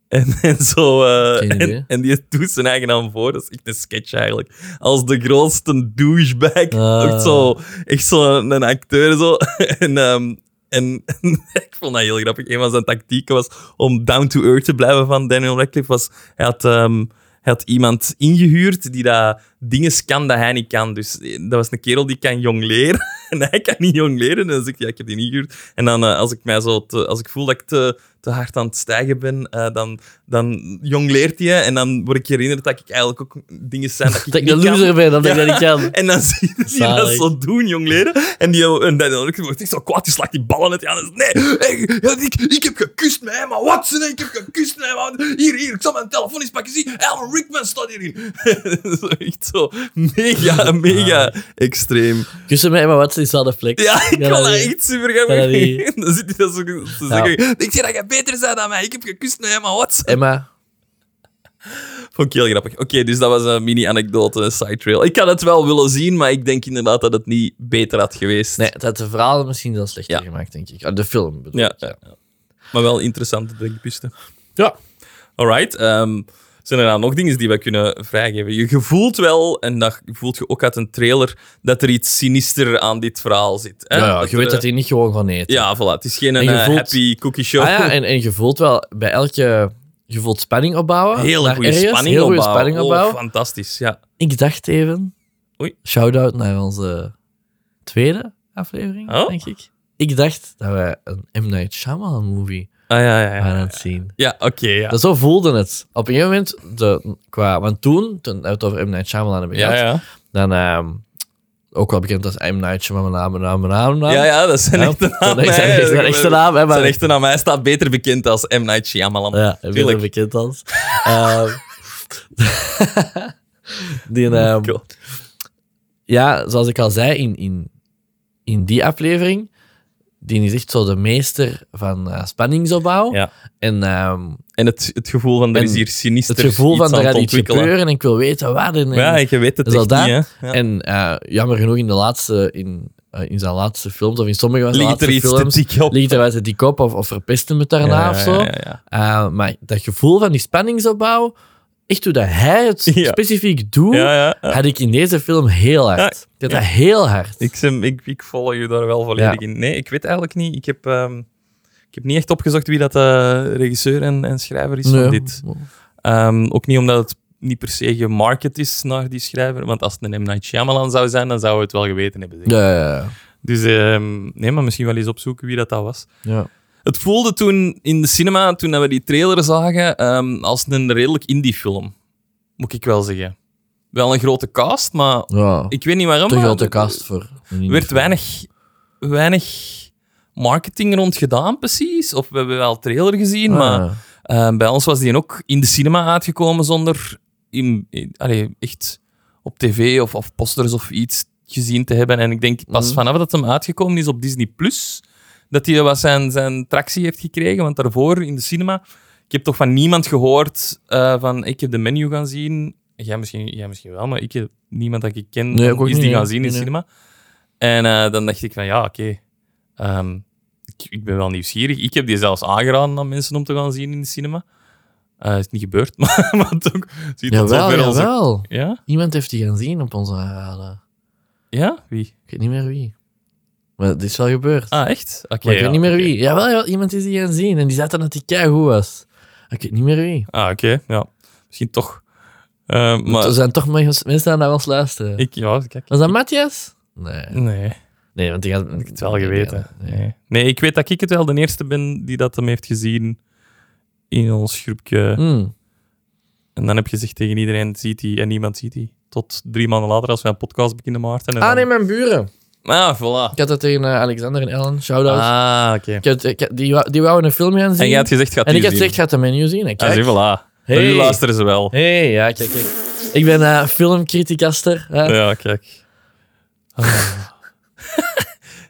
B: En, <laughs> en zo. eh,
A: Geen idee.
B: en, en die doet zijn eigen naam voor. Dat is echt een sketch eigenlijk. Als de grootste douchebag.
A: Ah.
B: Echt zo. Echt zo'n een acteur zo. <laughs> en. ehm, en <laughs> ik vond dat heel grappig. Een van zijn tactieken was om down to earth te blijven van Daniel Radcliffe. Was, hij, had, ehm, hij had iemand ingehuurd die dat dingen kan dat hij niet kan. Dus eh, dat was een kerel die kan jongleren. <laughs> En hij kan niet jongleren. En dan zeg ik, ja, ik heb die ingehuurd. En dan eh, als ik, mij zo te- als ik voel dat ik te, te hard aan het stijgen ben, eh, dan, dan jongleert hij. En dan word ik herinnerd dat ik eigenlijk ook dingen zijn dat ik
A: Dat ik
B: niet
A: een
B: kan.
A: loser ben, dat ik dat niet kan.
B: En dan zie je die dat
A: Zalig.
B: zo doen, jongleren. En die en dan wordt echt zo kwaad, die slaat die ballen uit. Ja, nee, hey, ja, ik, ik heb gekust met hem, aan Watson, ik heb gekust met hem. aan- Hier, hier, ik zal mijn telefoon eens pakken. Zie, Alan Rickman staat <laughs> hierin. zo, echt zo mega, mega extreem.
A: Kussen mij, maar wat is aan de plek?
B: Ja, ik
A: Ja,
B: kan
A: dat
B: dat
A: is-
B: echt super grappig
A: dat is-
B: vinden. <laughs> Dan zit hij dat zo te zeggen. Ik zeg dat jij beter bent dan mij, ik heb gekust met hem, aan Watson.
A: Emma,
B: Vond ik heel grappig. Oké, dus dat was een mini-anekdote, een side-trail. Ik had het wel willen zien, maar ik denk inderdaad dat het niet beter had geweest.
A: nee, dat had de verhalen misschien dan slechter
B: Ja.
A: gemaakt, denk ik. Ah, De film bedoel
B: Ja,
A: ik,
B: ja. maar wel interessante denkpiste.
A: Ja.
B: Alright. ehm, zijn er nou nog dingen die wij kunnen vrijgeven? Je je voelt wel, en dat voelt je ook uit een trailer, dat er iets sinister aan dit verhaal zit. Hè?
A: Ja, ja, je weet
B: er-
A: dat hij niet gewoon gaan eten.
B: Ja, voilà. Het is
A: En
B: geen een,
A: je
B: eh,
A: voelt-
B: happy cookie show.
A: Ah ja, en, en je voelt wel bij elke. Je voelt spanning opbouwen.
B: <laughs> Hele
A: Daar
B: goede
A: ergens,
B: spanning
A: heel goede
B: opbouwen.
A: spanning
B: Oh,
A: opbouwen.
B: fantastisch, ja.
A: Ik dacht even.
B: Oei.
A: Shout-out naar onze tweede aflevering,
B: Oh.
A: denk ik. Ik dacht dat wij een M. Night Shyamalan movie
B: Ah, ja, ja, ja.
A: waren aan het zien.
B: Ja, oké, ja.
A: Dat zo voelde het. Op een gegeven moment, de, qua, want toen, toen we het over M. Night Shyamalan hebben
B: ja,
A: gehad,
B: ja.
A: dan ehm, ook wel bekend als M. Night Shyamalan, naam, naam, naam.
B: ja, ja, dat is een
A: Ja,
B: echte naam.
A: dat is een-
B: hè.
A: dat is een echte naam, hè, maar-
B: Zijn echte naam. Hij staat beter bekend als M. Night Shyamalan.
A: Ja,
B: Tuurlijk.
A: heel bekend als. <laughs> Ehm, die, ehm,
B: Cool.
A: ja, zoals ik al zei in, in, in die aflevering, die is echt zo de meester van eh, spanningsopbouw.
B: Ja.
A: En ehm,
B: En het, het gevoel van, er
A: En
B: is hier sinister
A: het gevoel
B: iets
A: van er
B: aan
A: gaat
B: het
A: iets
B: ontwikkelen.
A: gebeuren en ik wil weten wat. En, en,
B: Ja, je weet het
A: Dus
B: echt
A: al
B: niet, hè.
A: dat-
B: Ja.
A: en, eh, jammer genoeg, in, de laatste, in, eh, in zijn laatste films, of in sommige van zijn
B: Ligt er
A: laatste
B: iets te
A: films,
B: dik op?
A: ligt er wat te dik op of, of verpesten me daarna
B: Ja,
A: of zo.
B: ja, ja, ja.
A: Uh, maar dat gevoel van die spanningsopbouw, echt hoe dat hij het
B: Ja.
A: specifiek doet,
B: Ja, ja, ja.
A: had ik in deze film heel hard. Ik had dat heel hard.
B: Ik, sim- ik, ik volg je daar wel volledig
A: Ja.
B: in. Nee, ik weet eigenlijk niet. Ik heb, ehm, ik heb niet echt opgezocht wie dat eh, regisseur en, en schrijver is van dit. Ehm, ook niet omdat het niet per se gemarket is naar die schrijver. Want als het een M. Night Shyamalan zou zijn, dan zouden we het wel geweten hebben. zeker.
A: Ja, ja, ja.
B: Dus ehm, nee, maar misschien wel eens opzoeken wie dat, dat was.
A: ja.
B: Het voelde toen in de cinema, toen dat we die trailer zagen, ehm, als een redelijk indie-film. Moet ik wel zeggen. Wel een grote cast, maar
A: ja.
B: ik weet niet waarom.
A: Te
B: maar
A: grote
B: er-
A: kast voor. een
B: Er werd weinig, weinig marketing rond gedaan, precies. Of we hebben wel trailer gezien,
A: Ah,
B: maar ehm, bij ons was die ook in de cinema uitgekomen zonder in, in- allee, echt op tv of, of posters of iets gezien te hebben. En ik denk pas
A: Mhm.
B: vanaf dat hem uitgekomen is op Disney+, Plus dat hij wat zijn, zijn tractie heeft gekregen. Want daarvoor in de cinema, ik heb toch van niemand gehoord eh, van ik heb de menu gaan zien. Jij misschien, jij misschien wel, maar ik heb niemand dat ik ken
A: Nee, ik ook
B: is
A: niet,
B: die
A: nee.
B: gaan zien in
A: Nee,
B: de
A: nee.
B: cinema. En eh, dan dacht ik van ja, oké. Ehm, ik, ik ben wel nieuwsgierig. Ik heb die zelfs aangeraden aan mensen om te gaan zien in de cinema. Eh is niet gebeurd, <laughs> maar, maar toch ziet dat
A: Jawel,
B: wel weer onze...
A: jawel.
B: Ja?
A: Iemand heeft die gaan zien op onze aanraden.
B: Ja? Wie?
A: Ik weet niet meer wie. Maar het is wel gebeurd.
B: Ah, echt? Oké.
A: maar ik
B: ja,
A: weet niet meer
B: oké.
A: wie. Jawel, jawel, iemand is die gaan zien en die zei dan dat hij keigoed was. Ik weet niet meer wie.
B: Ah, oké. Ja. Misschien toch. Eh, maar
A: Er zijn toch mensen mensen aan naar ons luisteren.
B: ik... Ja, kijk.
A: Was dat Matthias? Nee.
B: Nee, ik
A: Nee, want die had
B: heb het wel geweten. Nee. nee, ik weet dat ik het wel de eerste ben die dat hem heeft gezien in ons groepje.
A: Hmm.
B: En dan heb je gezegd tegen iedereen, ziet hij en niemand ziet hij. Tot drie maanden later, als we een podcast beginnen, Maarten. En
A: Ah,
B: dan-
A: nee, mijn buren.
B: Ah, voilà.
A: Ik had dat tegen eh, Alexander en Ellen. Shout-out.
B: Ah, oké.
A: Ik had- ik had- die, wou- die wouden een film gaan zien.
B: En jij had gezegd, gaat
A: en ik
B: die
A: had
B: zien.
A: gezegd, gaat de menu zien. En
B: Ah,
A: kijk.
B: zie, voilà.
A: Hey.
B: Nu luisteren ze wel.
A: hey, ja, kijk, kijk. Ik ben eh filmcriticaster. hè.
B: Ja, kijk. Ah. <laughs>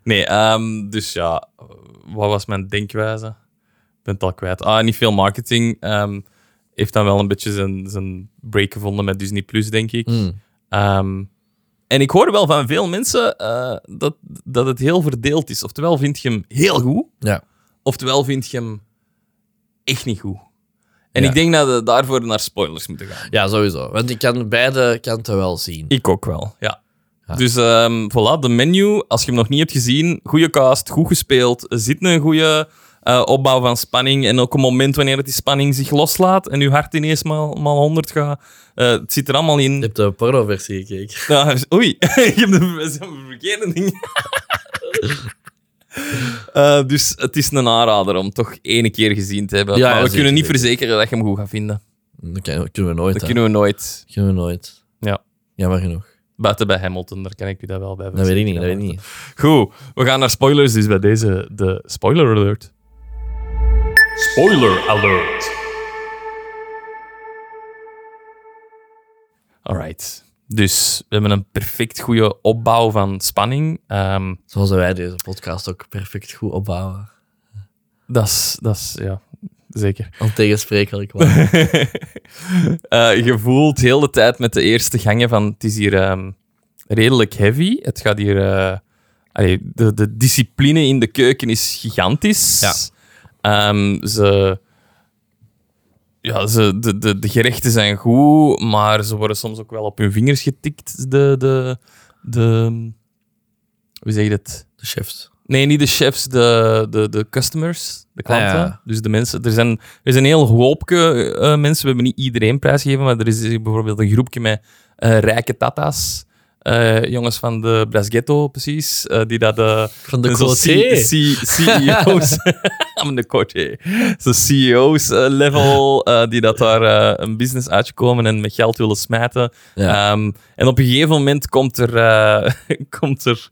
B: nee, ehm, dus ja. Wat was mijn denkwijze? Ik ben het al kwijt. Ah, niet veel marketing. ehm, heeft dan wel een beetje zijn, zijn break gevonden met Disney+, Plus, denk ik.
A: Hmm.
B: Ehm, en ik hoor wel van veel mensen eh, dat, dat het heel verdeeld is. Oftewel vind je hem heel goed,
A: Ja.
B: oftewel vind je hem echt niet goed. En
A: Ja.
B: ik denk dat we daarvoor naar spoilers moeten gaan.
A: Ja, sowieso. Want ik kan beide kanten wel zien.
B: Ik ook wel, ja.
A: Ja.
B: Dus ehm voilà, de menu. Als je hem nog niet hebt gezien, goede cast, goed gespeeld. Er zit een goede eh, opbouw van spanning. En ook een moment wanneer het die spanning zich loslaat en je hart ineens maal, maal 100 gaat. Eh, het zit er allemaal in.
A: Je hebt de pornoversie gekeken.
B: Ja, dus, oei, <laughs> ik heb de de
A: <laughs>
B: verkeerde ding. Eh, dus het is een aanrader om toch ene keer gezien te hebben.
A: Ja,
B: maar
A: ja,
B: we
A: zeker,
B: kunnen niet
A: zeker.
B: verzekeren dat je hem goed gaat vinden.
A: Hmm, Dat kan- dat kunnen we nooit.
B: Dat
A: hè.
B: kunnen we nooit.
A: Dat kunnen we nooit.
B: Ja.
A: Jammer genoeg.
B: Buiten bij Hamilton, daar kan ik u dat wel bij
A: Dat weet ik niet. Dat weet
B: verzekeren.
A: ik niet.
B: Goed, we gaan naar spoilers, dus bij deze de spoiler alert.
C: Spoiler alert.
B: Alright. Dus we hebben een perfect goede opbouw van spanning. Ehm,
A: Zoals wij deze podcast ook perfect goed opbouwen.
B: dat is, dat is, ja, zeker.
A: Al tegenspreken wat ik
B: <laughs>
A: wou.
B: Eh, je voelt heel de tijd met de eerste gangen van het is hier ehm, redelijk heavy. Het gaat hier. eh, allee, de, de discipline in de keuken is gigantisch.
A: Ja.
B: Ehm, ze. Ja, ze, de, de, de gerechten zijn goed, maar ze worden soms ook wel op hun vingers getikt. De. de, de hoe zeg je dat?
A: De shift.
B: Nee, niet de chefs, de, de, de customers, de
A: Ah, ja.
B: klanten. Dus de mensen. Er, zijn, er is een heel hoopje eh, mensen. We hebben niet iedereen prijsgegeven, maar er is hier bijvoorbeeld een groepje met eh, rijke tata's. Eh, jongens van de Brasghetto, precies. eh, die dat... eh,
A: Van de
B: zo
A: Coté.
B: C- C-
A: <laughs>
B: CEO's. I'm the Coté. Zo CEO's eh, level, eh, die dat daar eh, een business uitkomen en met geld willen smijten.
A: Ja.
B: Ehm, en op een gegeven moment komt er, eh, <laughs> komt er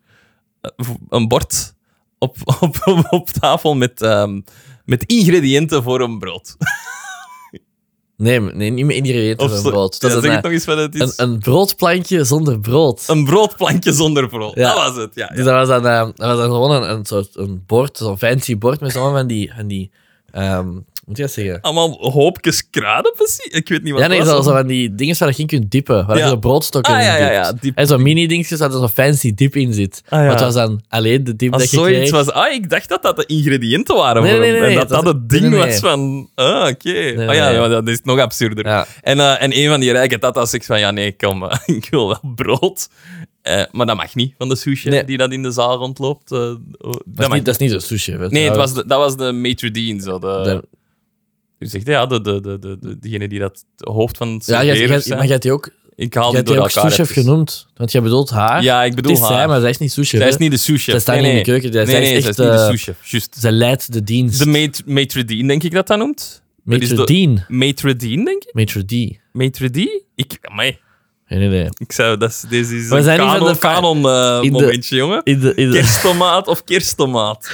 B: eh, een bord op, <laughs> op, op, op tafel met, ehm, met ingrediënten voor een brood.
A: Nee, nee, niet meer ingrediënten
B: Of
A: van
B: zo-
A: brood.
B: Ja,
A: Dat is
B: zeg
A: een,
B: het nog eens wat het is.
A: een, een broodplankje zonder brood.
B: Een broodplankje zonder brood.
A: Ja.
B: Dat was het, ja. ja.
A: Dus dat was dan, eh, dat was dan gewoon een, een soort een bord, zo'n fancy bord met zo'n van die. Van die ehm, hoe moet je dat zeggen?
B: Allemaal hoopjes kruiden, precies. Ik weet niet wat
A: Ja, nee,
B: het was.
A: zo, zo van die dingen waar je in kunt dippen. Waar
B: Ja.
A: je de broodstokken
B: Ah,
A: in
B: ja, ja,
A: dipt.
B: ja, diep.
A: En zo'n mini-dingetjes waar er zo'n fancy dip in zit.
B: Ah, ja.
A: Maar het was dan alleen de dip
B: Als
A: dat je
B: zoiets
A: kreeg.
B: was, ah, ik dacht dat dat de ingrediënten waren
A: Nee,
B: voor
A: nee,
B: hem.
A: nee,
B: en
A: nee,
B: dat
A: dat
B: dat
A: was-
B: het ding
A: nee, nee,
B: was
A: nee.
B: van, ah, oké. Ah
A: nee,
B: ja,
A: nee.
B: ja, dat is nog absurder.
A: Ja.
B: En, eh, en een van die rijke tata's zegt van, ja, nee, kom, <laughs> eh, ik wil wel brood. Eh, maar dat mag niet van de sushi
A: Nee.
B: die dat in de zaal rondloopt. Eh, oh,
A: Dat,
B: dat
A: is
B: mag
A: niet, dat is niet zo'n sushi. weet je
B: Nee, het
A: wel.
B: was de, dat was de maitre d' zo. De,
A: De-
B: U zegt, ja, de, de, de, de, de- diegene die dat het hoofd van het
A: ja, jij- jij-
B: serveren
A: maar
B: zijn.
A: jij hebt die ook,
B: Ik haal
A: jij
B: die
A: hebt
B: door
A: die ook
B: elkaar.
A: souschef
B: even.
A: genoemd. Want jij bedoelt haar.
B: Ja, ik
A: het
B: bedoel
A: is zij,
B: haar.
A: maar zij is niet sushi.
B: Zij is
A: hè?
B: niet de souschef.
A: Zij staat
B: nee,
A: niet in
B: nee.
A: de keuken. Zij,
B: Nee,
A: zij
B: nee,
A: is
B: zij
A: echt,
B: is niet de
A: eh,
B: souschef. Juist.
A: zij leidt de dienst.
B: De mait- maitre d', denk ik dat dat noemt. dat is
A: Maitre
B: de-
A: Dean.
B: Maitre d', denk ik.
A: Maitre D. Nee,
B: Maitre d'? Ik, amai.
A: nee, nee.
B: Ik zou, dat is, deze is
A: We
B: een
A: zijn niet van
B: kanon,
A: de fa-
B: kanon eh,
A: in de-
B: momentje, jongen.
A: In de, in, de,
B: Kersttomaat of kersttomaat?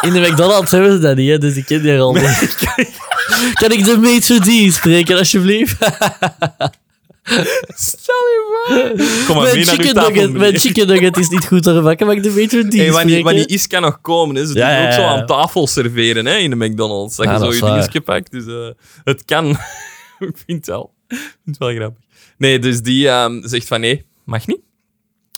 A: in de McDonald's hebben ze dat niet, hè, dus ik ken die al niet. Kan ik de Maitre D spreken, alsjeblieft?
B: Stel je voor. Kom maar
A: Mijn
B: mee naar uw
A: chicken,
B: tafel,
A: nugget, mijn
B: meneer.
A: chicken nugget is niet goed doorbakken, maar ik de Maitre D
B: Hey, wat, niet,
A: spreken.
B: wat niet is, kan nog komen. Hè. Ze
A: Ja,
B: doen
A: ja,
B: ook zo
A: ja.
B: aan tafel serveren hè, in de McDonald's. Dat
A: Ja,
B: je zo
A: dat is
B: je
A: waar.
B: dingetje pakt. Dus eh, het kan. <laughs> ik vind het wel. Ik vind het wel grappig. Nee, dus die ehm, zegt van nee, mag niet.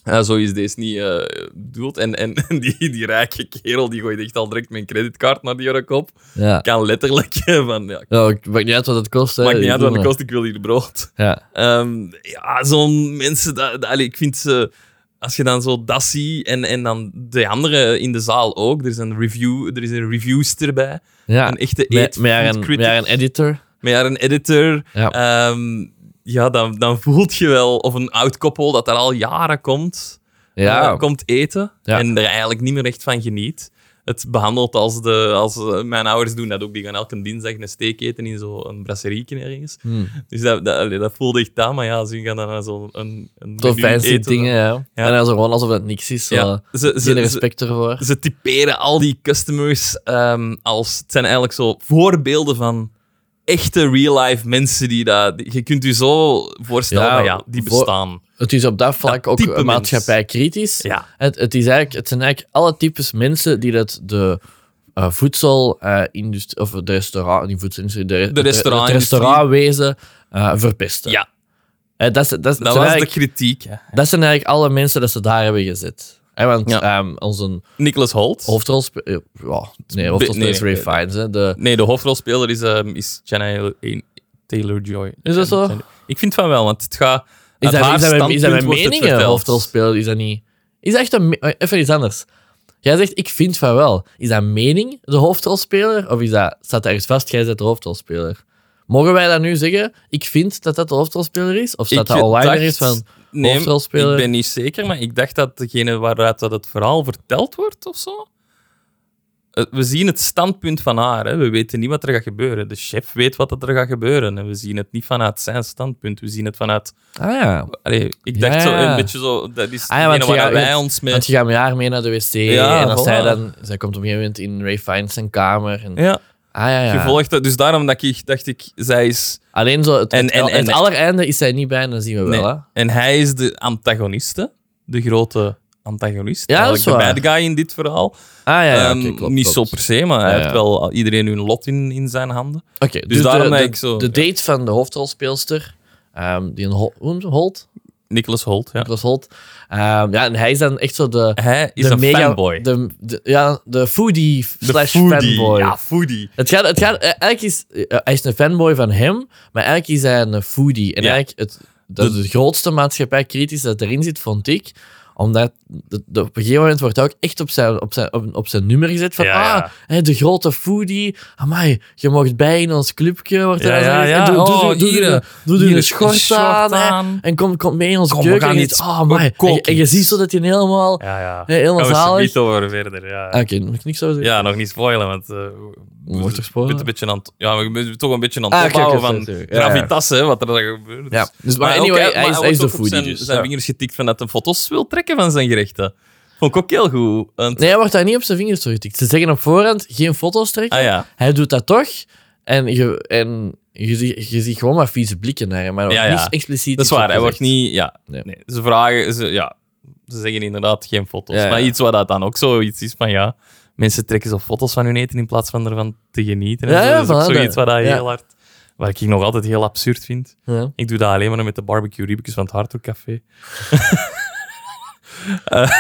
B: Ja, zo is deze niet eh bedoeld. En, en <laughs> die, die rijke kerel die gooit echt al direct mijn creditcard naar die jurk op.
A: Ja.
B: Kan letterlijk <laughs> eh, van ja,
A: Ja, ik- maakt niet uit wat het kost. hè.
B: maakt niet
A: Ik
B: uit
A: doe
B: wat het
A: maar.
B: kost, ik wil hier brood.
A: Ja.
B: Ehm, ja, zo'n mensen, dat, dat- allee, ik vind ze... Als je dan zo dat ziet en, en dan de anderen in de zaal ook. Er is een, review, er is een reviewster bij.
A: Ja.
B: Een echte
A: Ah, Met,
B: eet
A: met, haar
B: food
A: een,
B: critic,
A: met haar een editor.
B: met haar een editor.
A: Ja.
B: Ehm, ja, dan, dan voelt je wel... Of een oud koppel dat daar al jaren komt.
A: Ja.
B: eh, komt eten.
A: Ja.
B: En er eigenlijk niet meer echt van geniet. Het behandelt als de... Als, eh, mijn ouders doen dat ook. Die gaan elke dinsdag een steak eten in zo'n brasserieken ergens.
A: Hm.
B: Dus dat, dat, allee, dat voelde echt aan, maar ja, ze gaan dan naar zo'n een, een
A: Zo
B: menu
A: fancy
B: eten.
A: dingen, ja.
B: Ja.
A: En dan zo gewoon alsof dat niks is. zo.
B: Ja, ze, ze,
A: Geen
B: ze,
A: respect ervoor.
B: ze typeren al die customers ehm, als... Het zijn eigenlijk zo voorbeelden van echte real-life mensen die dat... die- je kunt je zo voorstellen,
A: Ja,
B: van, ja die
A: voor-
B: bestaan.
A: Het is op dat vlak
B: Dat
A: ook
B: type mens.
A: maatschappij kritisch.
B: Ja.
A: Het, het, is eigenlijk, het zijn eigenlijk alle types mensen die dat de eh voedselindustrie, of de restaurant, niet voedselindustrie, de, het-
B: restaurantindustrie.
A: het restaurantwezen eh, verpesten.
B: Ja,
A: Eh, dat, is- dat, is-
B: dat
A: zijn
B: was de
A: eigenlijk-
B: kritiek. hè.
A: dat zijn eigenlijk alle mensen dat ze daar hebben gezet. Hè, want
B: Ja.
A: ehm, onze
B: Nicholas Holt.
A: hoofdrolspeler... Ja, nee, hoofdrolspeler is
B: nee, eh,
A: Ray
B: nee.
A: Fiennes. Hè, de,
B: Nee, de hoofdrolspeler is, ehm is Jenna Taylor-Joy.
A: Is dat zo?
B: Ik vind van wel, want het gaat...
A: is,
B: uit
A: dat,
B: haar
A: is, dat mijn, is dat
B: standpunt
A: mijn
B: wordt het
A: mening, hè,
B: verteld.
A: hoofdrolspeler? Is dat niet... Is dat echt een... me- eh, Even iets anders. Jij zegt, ik vind van wel. Is dat mening, de hoofdrolspeler? Of is dat, staat ergens vast, jij bent de hoofdrolspeler? Mogen wij dat nu zeggen? Ik vind dat dat de hoofdrolspeler is? Of staat
B: Ik
A: dat online
B: dacht-
A: ergens van...
B: nee,
A: hoofdrolspeler?
B: Ik ben niet zeker, maar ik dacht dat degene waaruit dat het verhaal verteld wordt of zo. Eh, We zien het standpunt van haar. Hè. We weten niet wat er gaat gebeuren. De chef weet wat dat er gaat gebeuren. En we zien het niet vanuit zijn standpunt. We zien het vanuit.
A: Ah ja,
B: Allee, ik dacht
A: Ja,
B: zo
A: ja.
B: een beetje zo. Dat is
A: Ah ja, want
B: hetgene waar
A: je-
B: wij ons mee.
A: want je gaat met haar mee naar de wc.
B: Ja,
A: en als
B: voilà.
A: zij dan... Zij komt op een gegeven moment in Ray Fiennes zijn kamer. En,
B: Ja,
A: Ah ja, ja.
B: gevolgd. dat- Dus daarom dat ik, dacht ik, zij is.
A: Alleen zo, het,
B: En-
A: het,
B: en- en-
A: het allereinde is zij niet bij en dan zien we wel.
B: Nee.
A: Hè?
B: En hij is de antagoniste. De grote antagonist.
A: Ja, dat is
B: eigenlijk
A: waar.
B: de bad guy in dit verhaal.
A: Ah ja, ja
B: Ehm,
A: oké, klopt,
B: niet
A: klopt.
B: zo per se, maar hij
A: Ja, ja.
B: heeft wel iedereen hun lot in, in zijn handen.
A: Oké, dus,
B: daarom
A: de,
B: dat
A: de,
B: ik zo-
A: de date van de hoofdrolspeelster, ehm, die een Hol- hoe noemt ze? Holt,
B: Nicholas Holt, ja.
A: Nicolas Holt, ehm, ja, en hij is dan echt zo de,
B: Hij is
A: de
B: een
A: mega,
B: fanboy.
A: De, de- ja, de foodie
B: De
A: slash
B: foodie.
A: fanboy.
B: Ja, foodie.
A: Het gaat, het gaat, eh, eigenlijk is, eh, hij is een fanboy van hem, maar eigenlijk is hij een foodie. En
B: Ja.
A: eigenlijk, het, dat is de grootste maatschappij kritisch dat erin zit, vond ik, omdat de, de- op een gegeven moment wordt hij ook echt op zijn, op zijn, op, op zijn nummer gezet. Van,
B: Ja, ja.
A: ah, hè, de grote foodie. Amai, je mocht bij in ons clubje. Wordt er
B: Ja,
A: dan zo
B: ja,
A: gezegd.
B: ja.
A: Doe, doe,
B: Oh,
A: doe, doe,
B: hier,
A: doe, doe, doe
B: hier
A: een
B: is
A: schort,
B: een schort
A: aan. hè.
B: aan.
A: En kom, kom mee in ons
B: Kom, we
A: keuken.
B: gaan
A: en je
B: iets
A: zegt, ah, amai. En, je-
B: koken.
A: en je ziet zo dat hij helemaal...
B: Ja, ja.
A: hè, helemaal
B: Gaan we
A: zalig.
B: niet over verder, ja.
A: Ah, Oké, moet ik niks zo zeggen.
B: Ja, nog niet spoilen, want... eh, we-
A: Wordt er
B: we
A: spoilen?
B: moeten een beetje aan het- Ja, we moeten toch een beetje aan het
A: Ah, oké,
B: opbouwen
A: oké,
B: van
A: sorry, sorry. Ja, ja.
B: gravitas, hè, wat er dan gebeurt.
A: Ja, dus, maar,
B: Maar ook,
A: anyway,
B: hè, maar
A: hij is, hij
B: wordt
A: is de
B: ook op
A: foodie.
B: zijn,
A: dus,
B: zijn
A: ja.
B: vingers getikt van dat hij foto's wil trekken van zijn gerechten. Vond ik ook heel goed. want-
A: Nee, hij wordt daar niet op zijn vingers doorgetikt. Ze zeggen op voorhand geen foto's trekken.
B: Ah ja.
A: Hij doet dat toch. En je, en je, ziet- je ziet gewoon maar vieze blikken naar hem. Maar er wordt
B: Ja, ja.
A: niks expliciet.
B: Dat is
A: iets
B: waar, hij wordt
A: opgezegd.
B: niet... Ja,
A: Nee.
B: nee. Ze vragen... Ze, ja, ze zeggen inderdaad geen foto's.
A: Ja, ja.
B: Maar iets waar dat dan ook zoiets is van, ja... Mensen trekken zo foto's van hun eten in plaats van ervan te genieten. En
A: Ja,
B: zo.
A: ja,
B: dat is ook
A: voilà,
B: zoiets
A: dat-
B: wat dat
A: ja.
B: heel hard... Wat ik nog altijd heel absurd vind.
A: Ja.
B: Ik doe dat alleen maar met de barbecue riepjes van het Hardcore Café. <laughs> Eh,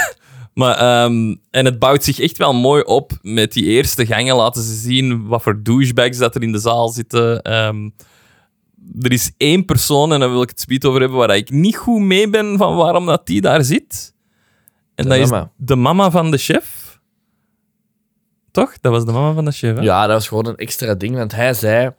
B: maar, ehm, en het bouwt zich echt wel mooi op. Met die eerste gangen laten ze zien wat voor douchebags dat er in de zaal zitten. Ehm, er is één persoon, en daar wil ik het speed over hebben, waar ik niet goed mee ben van waarom dat die daar zit. En
A: De
B: dat
A: mama.
B: is de mama van de chef. Toch? Dat was de mama van de chef, hè?
A: Ja, dat was gewoon een extra ding. Want hij zei: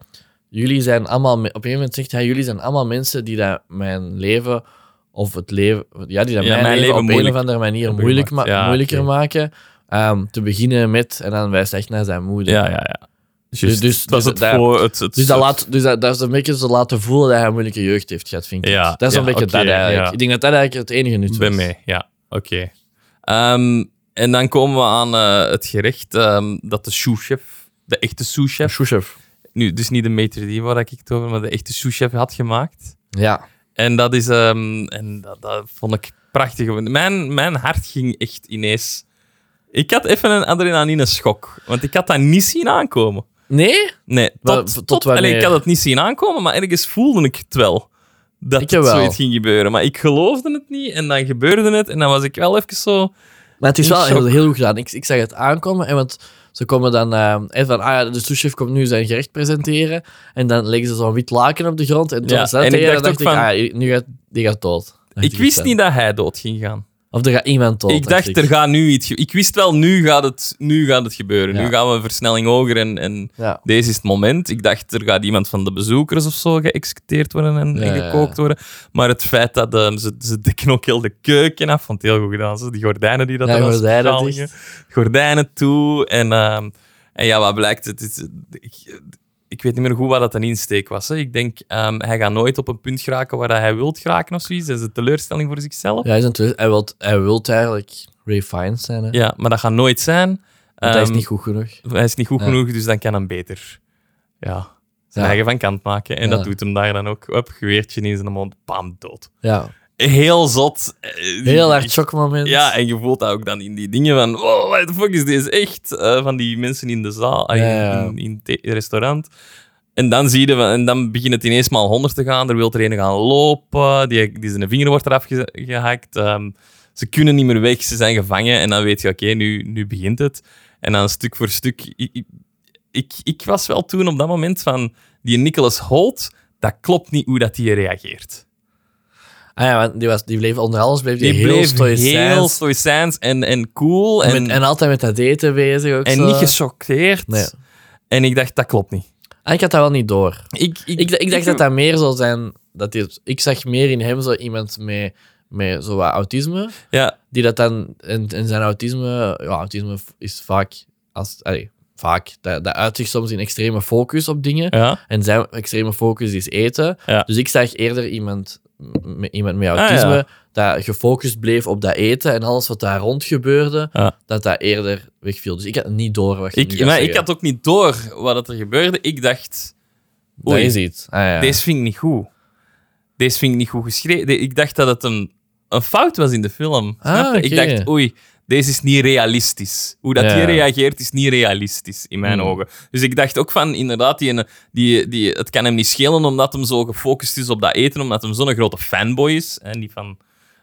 A: Jullie zijn allemaal. me- Op een gegeven moment zegt hij: Jullie zijn allemaal mensen die dat mijn leven. Of het leven. Ja, die dat
B: Ja,
A: mijn,
B: mijn
A: leven,
B: leven
A: op een
B: moeilijk
A: of andere manier
B: hebben
A: moeilijk
B: gemaakt.
A: ma-
B: Ja,
A: moeilijker
B: oké.
A: maken. Ehm, te beginnen met. En dan wijst hij echt naar zijn moeder.
B: Ja, ja, ja.
A: Dus-
B: Dus,
A: dus-
B: dat is
A: dus
B: het
A: daar-
B: voor... Het, het,
A: Dus dat,
B: het-
A: laat, dus dat, dat is een beetje zo laten voelen dat hij een moeilijke jeugd heeft gehad, vind ik.
B: Ja,
A: dat is
B: ja,
A: een beetje
B: oké,
A: dat eigenlijk.
B: ja.
A: Ik denk dat dat eigenlijk het enige nut
B: ben
A: was.
B: mee, ja. Oké. Ehm, en dan komen we aan eh, het gerecht ehm, dat de souschef, de echte
A: Ja,
B: souschef,
A: Khrushchev.
B: nu, dus niet de meter die waar ik het over, maar de echte souschef had gemaakt.
A: Ja.
B: En dat is, ehm, en dat, dat vond ik prachtig. Mijn, mijn hart ging echt ineens. Ik had even een adrenaline schok, want ik had dat niet zien aankomen.
A: Nee?
B: Nee, tot,
A: Wa- tot
B: tot, allee,
A: wanneer?
B: ik had het niet zien aankomen, maar ergens voelde ik het wel. Dat
A: Ik
B: het
A: wel.
B: zoiets ging gebeuren. Maar ik geloofde het niet en dan gebeurde het. En dan was ik wel even zo...
A: Maar het is
B: In
A: wel heel,
B: shock.
A: heel goed gedaan. Ik, ik zag het aankomen. En want ze komen dan eh, eh, van, ah ja, de souschef komt nu zijn gerecht presenteren. En dan leggen ze zo'n wit laken op de grond. En toen
B: Ja,
A: was dat
B: en ik
A: tegen,
B: dacht
A: dan
B: ook
A: dacht ik,
B: van-
A: ah, nu gaat, die gaat dood. Dacht
B: Ik wist
A: dan.
B: niet dat hij dood ging gaan.
A: Of er gaat iemand dood.
B: ik dacht, er gaat nu iets... ge- Ik wist wel, nu gaat het, nu gaat het gebeuren.
A: Ja.
B: Nu gaan we een versnelling hoger en, en
A: Ja.
B: deze is het moment. Ik dacht, er gaat iemand van de bezoekers of zo geëxecuteerd worden en, en
A: Ja, ja, ja.
B: gekookt worden. Maar het feit dat ehm, ze, ze dekken ook heel de keuken af, vond ik heel goed gedaan. Zo, die gordijnen die dat
A: Ja,
B: dan
A: gordijnen dus.
B: straal
A: dicht.
B: hingen. Gordijnen toe en... ehm, en ja, wat blijkt, het is, ik, ik weet niet meer goed waar dat een insteek was. Hè. Ik denk, ehm, hij gaat nooit op een punt geraken waar hij wilt geraken of zoiets. Dat is een teleurstelling voor zichzelf.
A: Ja, hij, is natuurlijk, hij, wilt, hij wilt eigenlijk Ray Fiennes zijn. Hè?
B: Ja, maar dat gaat nooit zijn.
A: Want hij is
B: Ehm,
A: niet goed genoeg.
B: hij is niet goed
A: Ja.
B: genoeg, dus dan kan hem beter ja, zijn
A: Ja.
B: eigen van kant maken. En
A: Ja.
B: dat doet hem daar dan ook. Op, geweertje in zijn mond, bam, dood.
A: Ja.
B: Heel zot. Eh,
A: Heel hard shockmoment.
B: Ja, en je voelt dat ook dan in die dingen van, wow, what the fuck is dit echt? Eh, van die mensen in de zaal, eh,
A: Ja, ja.
B: in, in het restaurant. En dan zie je, van- en dan begint het ineens maal honderd te gaan. Er wil er een gaan lopen, die, die zijn vinger wordt eraf ge- gehakt. ehm, Ze kunnen niet meer weg, ze zijn gevangen. En dan weet je, oké, nu, nu begint het. En dan stuk voor stuk... Ik, ik- ik, ik was wel toen op dat moment van... Die Nicholas Holt, dat klopt niet hoe dat die reageert.
A: Ah ja, want die, was, die bleef onder alles bleef die
B: Die
A: heel
B: bleef heel
A: stoïcijns.
B: stoïcijns en, en cool.
A: En,
B: En,
A: met- en altijd met dat daten bezig ook
B: en
A: zo.
B: niet gechoqueerd.
A: eh, Nee.
B: En ik dacht, dat klopt niet.
A: Ah, ik had dat wel niet door.
B: Ik, ik,
A: Ik, d- ik dacht dat dat meer zou zijn... Dat die, ik zag meer in hem zo iemand met, met zo wat autisme.
B: Ja,
A: Die dat dan... En, en zijn autisme... Ja, autisme is vaak... Als, allee, vaak. Dat, dat uit zich soms in extreme focus op dingen.
B: ja.
A: En zijn extreme focus is eten.
B: Ja.
A: Dus ik zag eerder iemand, m- met- iemand met
B: Ah,
A: autisme dat gefocust bleef op dat eten en alles wat daar rond gebeurde,
B: Ja.
A: dat dat eerder wegviel. Dus ik had niet door wat je nu
B: Ik,
A: gaat
B: maar ik
A: zeggen.
B: had ook niet door wat dat er gebeurde. Ik dacht,
A: Dat
B: oei,
A: is iets. Ah, ja.
B: deze vind ik niet goed. Deze vind ik niet goed geschreven. De- Ik dacht dat het een, een fout was in de film.
A: Ah,
B: Snap je? Ik
A: oké.
B: dacht, oei, deze is niet realistisch. Hoe dat
A: Ja.
B: die reageert is niet realistisch in mijn
A: Hmm.
B: ogen. Dus ik dacht ook van, inderdaad, die, ene- die, die, het kan hem niet schelen omdat hem zo gefocust is op dat eten, omdat hem zo'n grote fanboy is. Hè? Niet van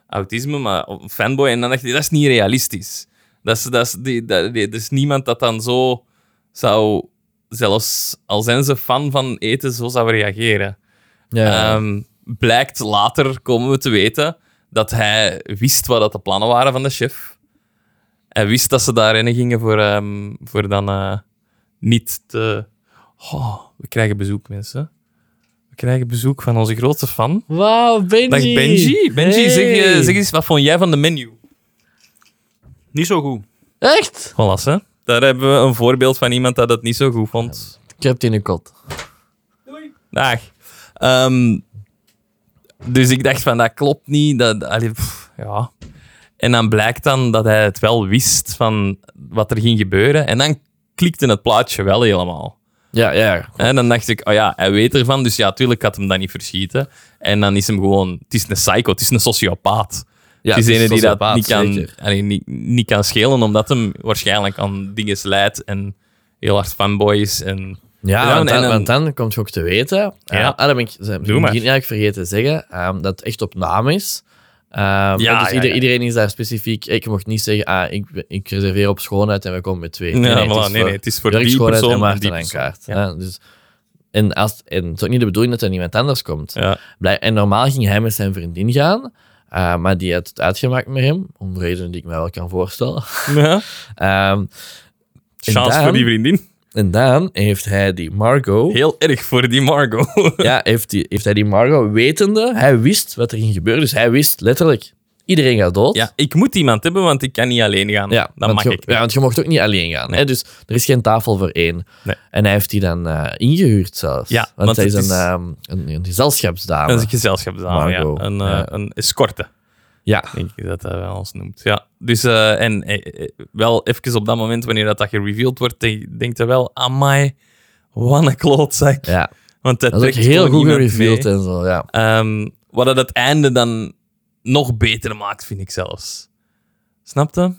B: autisme, maar een fanboy. En dan dacht ik, dat is niet realistisch. Dat is, dat is, die, dat, die- er is niemand dat dan zo zou, zelfs al zijn ze fan van eten, zo zou reageren.
A: Ja.
B: Ehm, blijkt later, komen we te weten, dat hij wist wat dat de plannen waren van de chef. Hij wist dat ze daarin gingen voor, ehm, voor dan eh, niet te... Oh, we krijgen bezoek, mensen. We krijgen bezoek van onze grootste fan.
A: Wauw, Benji.
B: Dag Benji. Benji, zeg, je-
A: Hey.
B: zeg eens, wat vond jij van de menu?
C: Niet zo goed.
A: Echt?
B: Voilà, hè. Daar hebben we een voorbeeld van iemand dat het niet zo goed vond.
A: Ik heb het in de kot.
B: Dag. Ehm, dus ik dacht van, dat klopt niet. Dat, allee, pff, ja. En dan blijkt dan dat hij het wel wist van wat er ging gebeuren. En dan klikte het plaatje wel helemaal.
A: Ja, ja.
B: En dan dacht ik, oh ja, hij weet ervan, dus ja, tuurlijk had hem dat niet verschieten. En dan is hem gewoon, het is een psycho, het is een sociopaat.
A: ja
B: het is
A: het
B: een
A: is
B: die dat
A: sociopaat,
B: niet kan,
A: zeker.
B: allee, niet, niet kan schelen, omdat hem waarschijnlijk aan dingen leidt en heel hard fanboy is. En,
A: Ja,
B: Ja,
A: want,
B: en
A: dan,
B: een-
A: want dan komt je ook te weten.
B: Ja.
A: Ja. ah, dat ben ik, dat heb ik in het
B: maar.
A: begin eigenlijk vergeten te zeggen. ehm, dat het echt op naam is. Ehm, dus
B: ja,
A: ieder-
B: ja.
A: iedereen is daar specifiek. Ik mocht niet zeggen, ah, ik, ik reserveer op schoonheid en we komen met twee.
B: Ja, voilà,
A: het is
B: nee,
A: voor
B: nee, het is voor
A: Jurk,
B: die
A: schoonheid
B: persoon
A: en
B: en
A: Maarten
B: die
A: en
B: persoon.
A: Kaart.
B: Ja.
A: Ja, dus, en, als, en het is ook niet de bedoeling dat er niemand anders komt.
B: ja.
A: Blij- En normaal ging hij met zijn vriendin gaan, eh, maar die had het uitgemaakt met hem, om redenen die ik mij wel kan voorstellen. <laughs>
B: Ja.
A: Ehm,
B: Chance
A: dan-
B: voor die vriendin.
A: en dan heeft hij die Margot.
B: Heel erg voor die Margot. <laughs>
A: Ja, heeft, die, heeft hij die Margot wetende, hij wist wat er ging gebeuren. Dus hij wist letterlijk, iedereen gaat dood.
B: ja, ik moet iemand hebben, want ik kan niet alleen gaan.
A: Ja,
B: dat
A: want
B: mag
A: je,
B: ik.
A: Ja, want je mocht ook niet alleen gaan. Hè? Dus er is geen tafel voor één.
B: Nee.
A: En hij heeft die dan eh, ingehuurd zelfs.
B: Ja,
A: want,
B: want
A: hij is,
B: het
A: een,
B: is-
A: ehm, een, een gezelschapsdame.
B: Dat is een gezelschapsdame, ja.
A: Margot,
B: Een, eh,
A: ja.
B: een escorte,
A: Ja.
B: denk ik dat hij wel ons noemt. Ja. Dus, eh, en eh, eh, wel even op dat moment, wanneer dat, dat gereveeld wordt, denk- denkt hij wel, amai, wat een klootzak.
A: ja,
B: Want hij
A: dat is ook
B: trekt
A: heel
B: gewoon
A: goed
B: iemand
A: gereveeld
B: mee.
A: en zo. Ja.
B: Ehm, wat dat het einde dan nog beter maakt, vind ik zelfs. Snapte?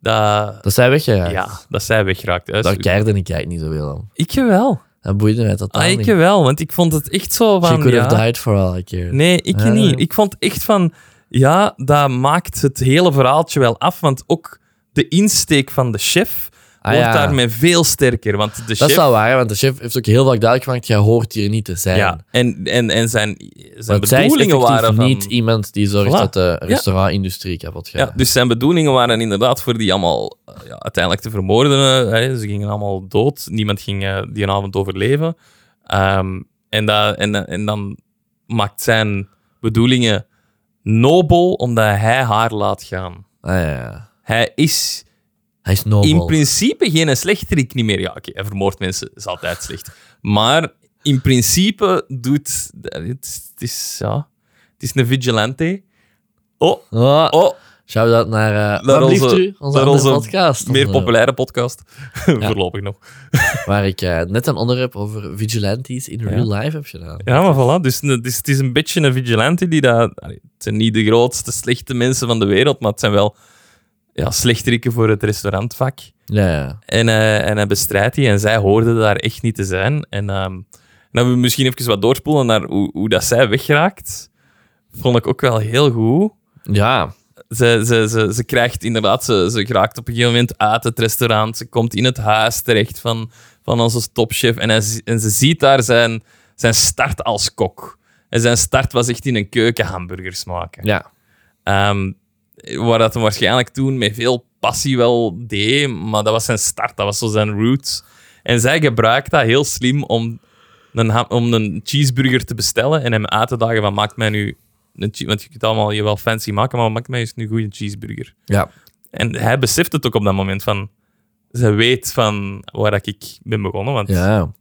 B: Dat,
A: Dat zij weggeraakt.
B: ja, dat zij wegraakt. hè.
A: Daar keerde ik eigenlijk niet zoveel aan.
B: Ik wel.
A: Dat boeide mij totaal
B: Ah, ik
A: niet.
B: wel, want ik vond het echt zo
A: She
B: van...
A: could have
B: Ja,
A: died for all I cared.
B: nee, ik
A: Ja,
B: niet.
A: ja.
B: Ik vond echt van... Ja, dat maakt het hele verhaaltje wel af, want ook de insteek van de chef
A: Ah,
B: wordt
A: ja.
B: daarmee veel sterker. Want de
A: Dat
B: chef...
A: is wel waar, hè, want de chef heeft ook heel vaak duidelijk gemaakt, jij hoort hier niet te zijn.
B: ja, en, en, en zijn, zijn
A: Want zij is
B: bedoelingen
A: effectief
B: waren van...
A: niet iemand die zorgt
B: Voilà.
A: dat de restaurantindustrie kapot gaat.
B: Ja, dus zijn bedoelingen waren inderdaad voor die allemaal eh, ja, uiteindelijk te vermoorden. eh, Hè. Ze gingen allemaal dood. Niemand ging eh, die avond overleven. Ehm, en, dat, en, en dan maakt zijn bedoelingen nobel omdat hij haar laat gaan.
A: Ah, ja, ja.
B: Hij is
A: Hij is nobel.
B: in principe geen slechterik niet meer. Ja, oké, hij vermoordt mensen, is altijd slecht. Maar in principe doet... Het is, het is, ja, het is een vigilante. Oh,
A: Oh,
B: oh,
A: Shout-out naar, eh
B: Naar
A: wat blieft
B: onze-
A: u? onze
B: naar
A: andere
B: onze
A: podcast.
B: meer
A: Onze-
B: populaire podcast. <laughs> Voorlopig nog.
A: Waar ik eh, net een onderwerp over vigilantes in real life heb gedaan.
B: Ja, maar voilà. Dus, een- dus het is een beetje een vigilante die dat... allee, Het zijn niet de grootste slechte mensen van de wereld, maar het zijn wel ja, slechteriken voor het restaurantvak.
A: Ja, ja.
B: En, eh, en hij bestrijdt die en zij hoorden daar echt niet te zijn. En ehm dan we misschien even wat doorspoelen naar hoe, hoe dat zij wegraakt. Vond ik ook wel heel goed.
A: Ja,
B: Ze, ze, ze, ze krijgt inderdaad, ze, ze geraakt op een gegeven moment uit het restaurant. Ze komt in het huis terecht van, van onze topchef. En, hij zi- en ze ziet daar zijn, zijn start als kok. En zijn start was echt in een keuken hamburgers maken.
A: Ja.
B: Ehm, waar dat hem waarschijnlijk toen met veel passie wel deed, maar dat was zijn start, dat was zo zijn roots. En zij gebruikt dat heel slim om een, ha- om een cheeseburger te bestellen en hem uit te dagen van maak mij nu... Een che- want je kunt allemaal je wel fancy maken, maar maak mij eens nu goed een cheeseburger.
A: ja.
B: En hij beseft het ook op dat moment van... Ze weet van waar dat ik ben begonnen, want hij
A: Ja,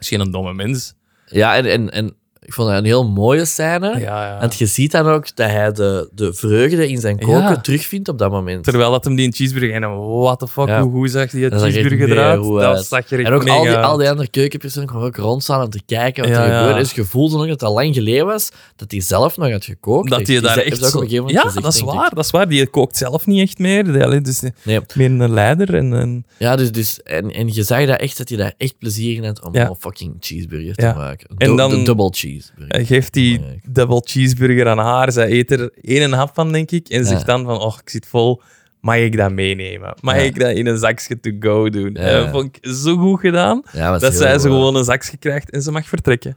B: is geen een domme mens.
A: ja en, en, en ik vond dat een heel mooie scène.
B: Ja,
A: Want je ziet dan ook dat hij de, de vreugde in zijn koken
B: Ja.
A: terugvindt op dat moment.
B: Terwijl dat hem die een cheeseburger... En what the fuck,
A: Ja.
B: hoe goed zag die
A: Dat zag er
B: cheeseburger
A: mega
B: eruit?
A: goed uit.
B: Dat zag er echt
A: en ook al die,
B: mega
A: al die andere keukenpersonen kwamen ook rondstaan om te kijken wat
B: Ja,
A: er
B: ja.
A: gebeurd is. Je voelde nog dat het al lang geleden was dat hij zelf nog had gekookt.
B: Dat je
A: Die
B: daar
A: ze-
B: echt
A: heeft ook op een
B: zo-
A: gegeven moment
B: Ja,
A: gezegd,
B: dat is
A: denk ik.
B: waar, dat is waar. Die kookt zelf niet echt meer. Die, allee, dus die-
A: Nee.
B: meer een leider. En, en,
A: Ja, dus, dus, en, en je zag dat echt dat hij daar echt plezier in had om
B: Ja.
A: een fucking cheeseburger
B: Ja.
A: te maken.
B: En
A: Du-
B: dan- Eh,
A: de double cheeseburger.
B: hij geeft die
A: Belangrijk.
B: double cheeseburger aan haar. Zij eet er één en een hap van, denk ik. En zegt
A: Ja.
B: dan van, oh, ik zit vol. Mag ik dat meenemen? Mag
A: Ja.
B: ik dat in een zakje to go doen?
A: Ja.
B: En Dat vond ik zo goed gedaan.
A: Ja,
B: Dat,
A: was heel eh,
B: zij ze
A: goed.
B: gewoon een zakje krijgt en ze mag vertrekken.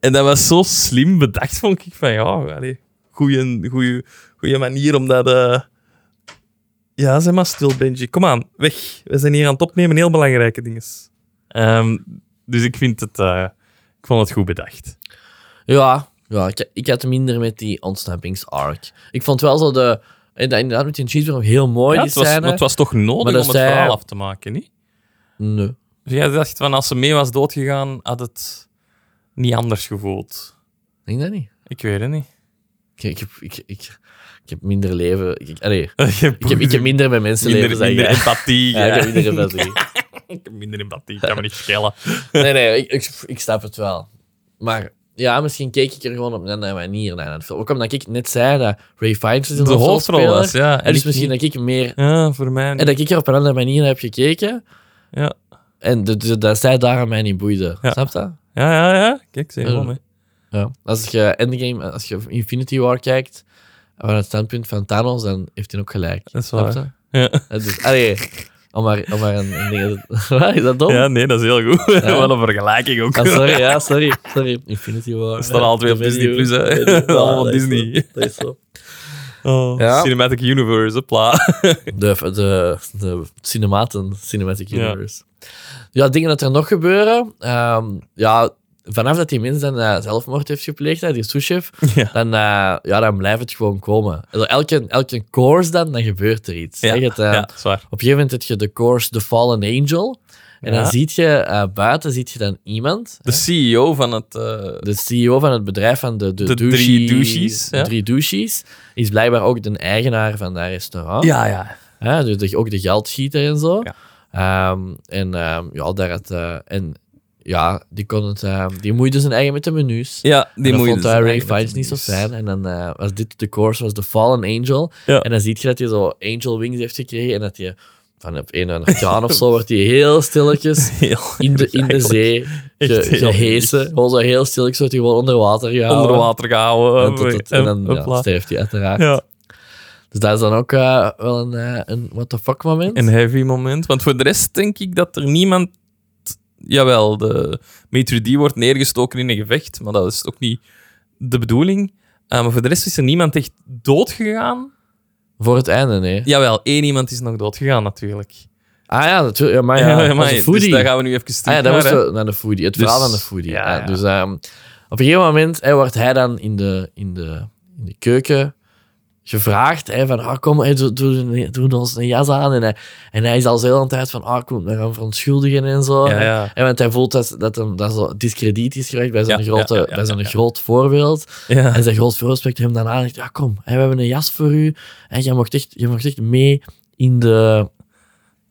B: En dat was zo slim bedacht, vond ik. Van ja, allee, goeie, goeie, goeie manier om dat... eh, Ja, zeg maar stil, Benji. Kom aan, weg. We zijn hier aan het opnemen, heel belangrijke dingen. Ehm, dus ik vind het... eh, ik vond het goed bedacht.
A: Ja, ja ik, ik had minder met die ontsnappingsarc. Ik vond wel zo de... en dat Inderdaad, met die cheeseburger ook heel mooi,
B: Ja,
A: die
B: het, was,
A: scène.
B: het was toch
A: Maar
B: nodig om
A: dat
B: het
A: zij-
B: verhaal af te maken, niet?
A: Nee.
B: Dus jij dacht van, als ze mee was doodgegaan, had het niet anders gevoeld.
A: Ik denk dat niet.
B: Ik weet het <laughs> niet.
A: Ik, ik, heb- ik, ik, ik heb minder leven... Ik, allee,
B: Ik heb,
A: ik, heb, ik heb minder met
B: minder,
A: mensenlevens dan
B: minder
A: jij.
B: empathie.
A: <laughs> Ja, ik
B: <laughs> ja.
A: heb minder empathie.
B: Ik heb minder empathie, ik kan me niet
A: <laughs>
B: schelen.
A: Nee, nee, ik, ik, ik snap het wel. Maar ja, misschien keek ik er gewoon op een andere manier naar. aan het film. Ook omdat ik net zei dat Ray Fiennes is een
B: De hoofdrol
A: hoofdrolspeler.
B: was, ja.
A: En dus
B: ik
A: misschien
B: niet.
A: dat ik meer...
B: Ja, voor mij
A: En
B: niet.
A: dat ik er op een andere manier naar heb gekeken.
B: Ja.
A: En de- de- dat zij daar aan mij niet boeide.
B: Ja.
A: Snap dat?
B: Ja, ja, ja. Kijk, zeg
A: Ja.
B: gewoon mee.
A: Ja. Als je Endgame, als je Infinity War kijkt, vanuit het standpunt van Thanos, dan heeft hij ook gelijk.
B: Dat is
A: Snap
B: waar.
A: je? <laughs>
B: Ja.
A: Ja, Dus, allee, om maar, om maar een, een ding te- <laughs> Wat, Is dat dom?
B: ja, nee, dat is heel goed.
A: Oh. Ja.
B: <laughs> Wat een vergelijking ook.
A: Ah,
B: <laughs>
A: sorry, ja, sorry, sorry. Infinity War.
B: Dat staan al twee op Disney Plus, hè. <laughs> Allemaal Disney.
A: Dat is zo. eh,
B: Oh,
A: Ja.
B: Cinematic Universe, hopla. <laughs>
A: De, de, de cinematen, Cinematic
B: Ja.
A: Universe. Ja, dingen dat er nog gebeuren. ehm, ja, vanaf dat die mens dan eh, zelfmoord heeft gepleegd, hè, die
B: <laughs>
A: souschef,
B: Ja.
A: dan, eh, ja, dan blijft het gewoon komen. Also, elke, elke course dan, dan gebeurt er iets.
B: Ja,
A: Zeg het, eh,
B: ja, dat is waar.
A: Op een gegeven moment heb je de course The Fallen Angel. En
B: Ja.
A: dan ziet je eh, buiten ziet je dan iemand,
B: De CEO van het... eh,
A: de CEO van het bedrijf van de, de,
B: De
A: douche-
B: drie douches,
A: de
B: ja.
A: drie douches, is blijkbaar ook de eigenaar van dat restaurant.
B: ja, ja.
A: Hè, dus de- ook de geldschieter en zo.
B: Ja.
A: Ehm, en ehm, ja, daar had, eh, en ja, die kon het, ehm, die moeide zijn eigen met de menus.
B: Ja, die
A: en
B: moet
A: dan
B: je
A: vond
B: dus
A: hij Ray
B: eigenlijk
A: Fiennes
B: doen.
A: niet zo fijn. En dan eh, was dit de course, was The Fallen Angel.
B: Ja.
A: En dan zie je dat hij zo angel wings heeft gekregen. En dat hij van op een en een kraan of zo <laughs> wordt hij heel stilletjes
B: <laughs> Heel
A: in
B: <laughs>
A: de, in de
B: eigenlijk
A: zee ge,
B: echt heel
A: gehesen. Gewoon zo heel stilletjes wordt hij gewoon onder water gehouden.
B: Onder water gehouden.
A: En, tot- tot- en dan ja,
B: Hopla.
A: sterft hij uiteraard.
B: Ja.
A: Dus dat is dan ook eh, wel een, eh, een what the fuck moment.
B: Een heavy moment. Want voor de rest denk ik dat er niemand. Jawel, de Maitre D wordt neergestoken in een gevecht, maar dat is ook niet de bedoeling. Eh, maar voor de rest is er niemand echt dood gegaan.
A: Voor het einde, nee.
B: Jawel, één iemand is nog dood gegaan, natuurlijk.
A: Ah ja, natuurlijk. Ja, maar
B: <laughs>
A: ja,
B: maar
A: maar, de foodie.
B: Dus daar gaan we nu even terug
A: ah ja, dat
B: naar,
A: was
B: hè.
A: de, naar de foodie. Het
B: Dus-
A: verhaal van de foodie.
B: ja,
A: Ja,
B: ja.
A: Dus ehm, op een gegeven moment hè, wordt hij dan in de, in de, in de keuken gevraagd hè, van, ah, kom, hè, doe, doe, doe ons een jas aan. En hij, en hij is al zo heel aan tijd van, ah, kom, we gaan verontschuldigen en zo.
B: Ja, ja.
A: En want hij voelt dat, dat hem dat zo discrediet is geweest bij zo'n
B: Ja, ja,
A: grote,
B: ja, ja,
A: bij zo'n
B: ja, ja.
A: groot voorbeeld.
B: Ja.
A: En zijn groot voorhoofd spreekt hem dan aan. en zegt, Ja, kom, hè, we hebben een jas voor u. En jij mocht echt, jij mocht echt mee in de.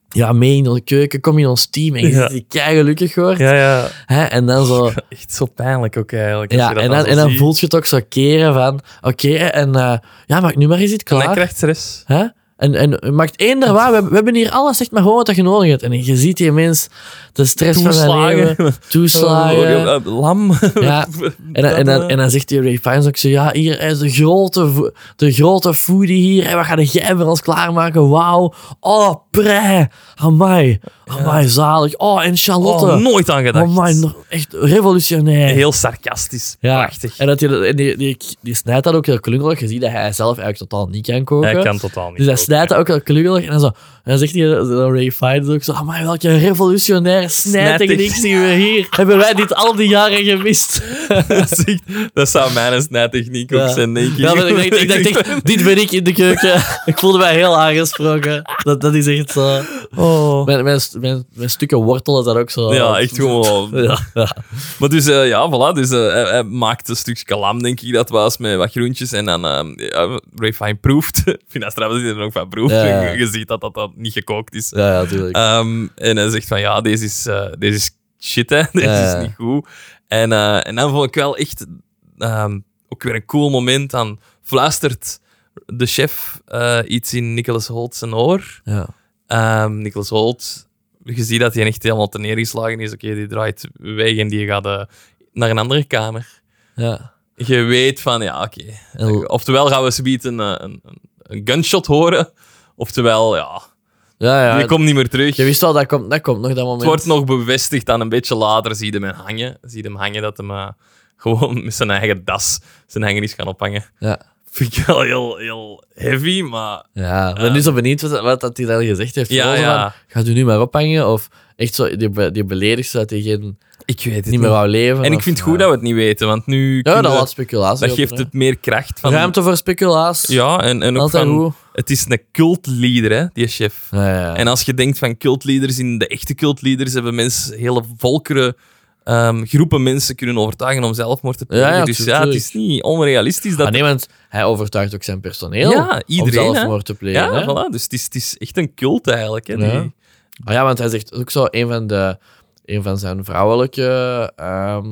A: Ja, mee in onze keuken, kom in ons team. En je
B: Ja.
A: ziet dat hij kei gelukkig wordt.
B: ja, ja.
A: Hè, en dan
B: <laughs>
A: zo.
B: Echt zo pijnlijk ook eigenlijk. als
A: Ja,
B: je dat
A: en dan,
B: zo
A: en dan
B: ziet.
A: voelt je het ook zo keren van. Oké, en eh, ja, maak nu maar eens iets
B: En hij
A: klaar.
B: krijgt stress.
A: Hè? En, en maakt één daar waar. We, hebben- we hebben hier alles, zeg maar gewoon wat je nodig hebt. En je ziet die mens de stress van zijn leven,
B: <laughs> Toeslagen.
A: toeslagen.
B: Eh,
A: <laughs>
B: Lam. <laughs> eh,
A: Ja. En, dan- en, dan, en dan zegt die Ray Fiennes ook zo, ja, hier hij is de grote, vo- de grote foodie hier. En wat ga jij voor ons klaarmaken? Wauw. Oh, pre. Amai. Amai, zalig. Oh, en Charlotte.
B: Oh, nooit aan gedacht.
A: Amai, nog echt revolutionair.
B: Heel sarcastisch.
A: ja.
B: Prachtig.
A: En, dat die, en die, die, die snijdt dat ook heel klungelig. Je ziet dat hij zelf eigenlijk totaal niet kan koken.
B: Hij kan totaal niet.
A: Dus hij
B: koken.
A: snijdt dat ook heel klungelig. En dan, zo, en dan zegt hij, zo Ray Fiennes ook zo, amai, welke revolutionaire snijtechniek
B: Snijtechniek.
A: zien we hier. Hebben wij dit al die jaren gemist?
B: <laughs> dat, is echt- dat zou mijn snijtechniek ook
A: Ja.
B: zijn, denk <laughs> ik.
A: Ja, maar ik, dacht, ik dacht echt, dit ben ik in de keuken. <laughs> Ik voelde mij heel aangesproken. Dat, dat is echt zo.
B: Oh.
A: Mijn, mijn, mijn, mijn stukken wortel is dat ook zo.
B: Ja, echt gewoon.
A: <laughs> Ja, ja.
B: Maar dus, eh, ja, voilà. Dus, eh, hij, hij maakt een stukje kalam, denk ik, dat was, met wat groentjes. En dan eh ja, Ray Fine proeft. <laughs> Ik vind dat straf dat hij er nog van proeft.
A: Ja, ja.
B: Je, je ziet dat dat, dat niet gekookt is.
A: Ja, ja, natuurlijk.
B: Ehm, en hij zegt van, ja, deze is, eh, deze is shit, hè. <laughs> Deze
A: Ja, ja.
B: is niet goed. En, eh, en dan vond ik wel echt ehm, ook weer een cool moment. Dan fluistert de chef eh, iets in Nicholas Holt zijn oor.
A: Ja.
B: Ehm Nicholas Holt, je ziet dat hij echt helemaal ten neergeslagen is. Oké, die draait weg en die gaat eh, naar een andere kamer.
A: ja.
B: Je weet van, ja, oké.
A: En-
B: Oftewel gaan we zometeen een, eh, een, een, een gunshot horen, oftewel, ja,
A: ja,
B: je
A: ja.
B: komt niet meer terug.
A: Je wist al, dat komt, dat komt nog dat moment.
B: Het wordt nog bevestigd dan een beetje later. Zie je hem hangen. Zie je hem hangen dat hem eh, gewoon met zijn eigen das zijn hanger is gaan ophangen.
A: Ja.
B: Vind ik wel heel, heel heavy, maar
A: Ja, ik ben nu zo benieuwd wat, wat dat hij daar gezegd heeft.
B: Ja,
A: Gewoon zo
B: ja.
A: van, Gaat u nu maar ophangen? Of echt zo, die, be- die beledigt zodat hij geen,
B: ik weet het
A: niet meer wou leven.
B: En ik
A: of-
B: vind het goed dat we het niet weten, want nu
A: Ja,
B: kunnen
A: dat
B: we-
A: laat speculatie
B: dat
A: op,
B: geeft
A: hè.
B: het meer kracht. Van,
A: Ruimte voor speculaas.
B: Ja, en, en ook
A: Altijd
B: van,
A: goed.
B: het is een cultleader, hè, die chef.
A: Ja, ja, ja.
B: En als je denkt van cultleaders, in de echte cultleaders hebben mensen hele volkeren, ehm, groepen mensen kunnen overtuigen om zelfmoord te plegen.
A: ja,
B: dus ja, het
A: tuurlijk.
B: is niet onrealistisch dat
A: Ah, nee, want hij overtuigt ook zijn personeel
B: Ja, iedereen, hè?
A: om zelfmoord te plegen.
B: Ja,
A: hè?
B: voilà. Dus het is, het is echt een cult eigenlijk. Hè, die-
A: Ja. Ah ja, want hij zegt ook zo, een van, de, een van zijn vrouwelijke ehm,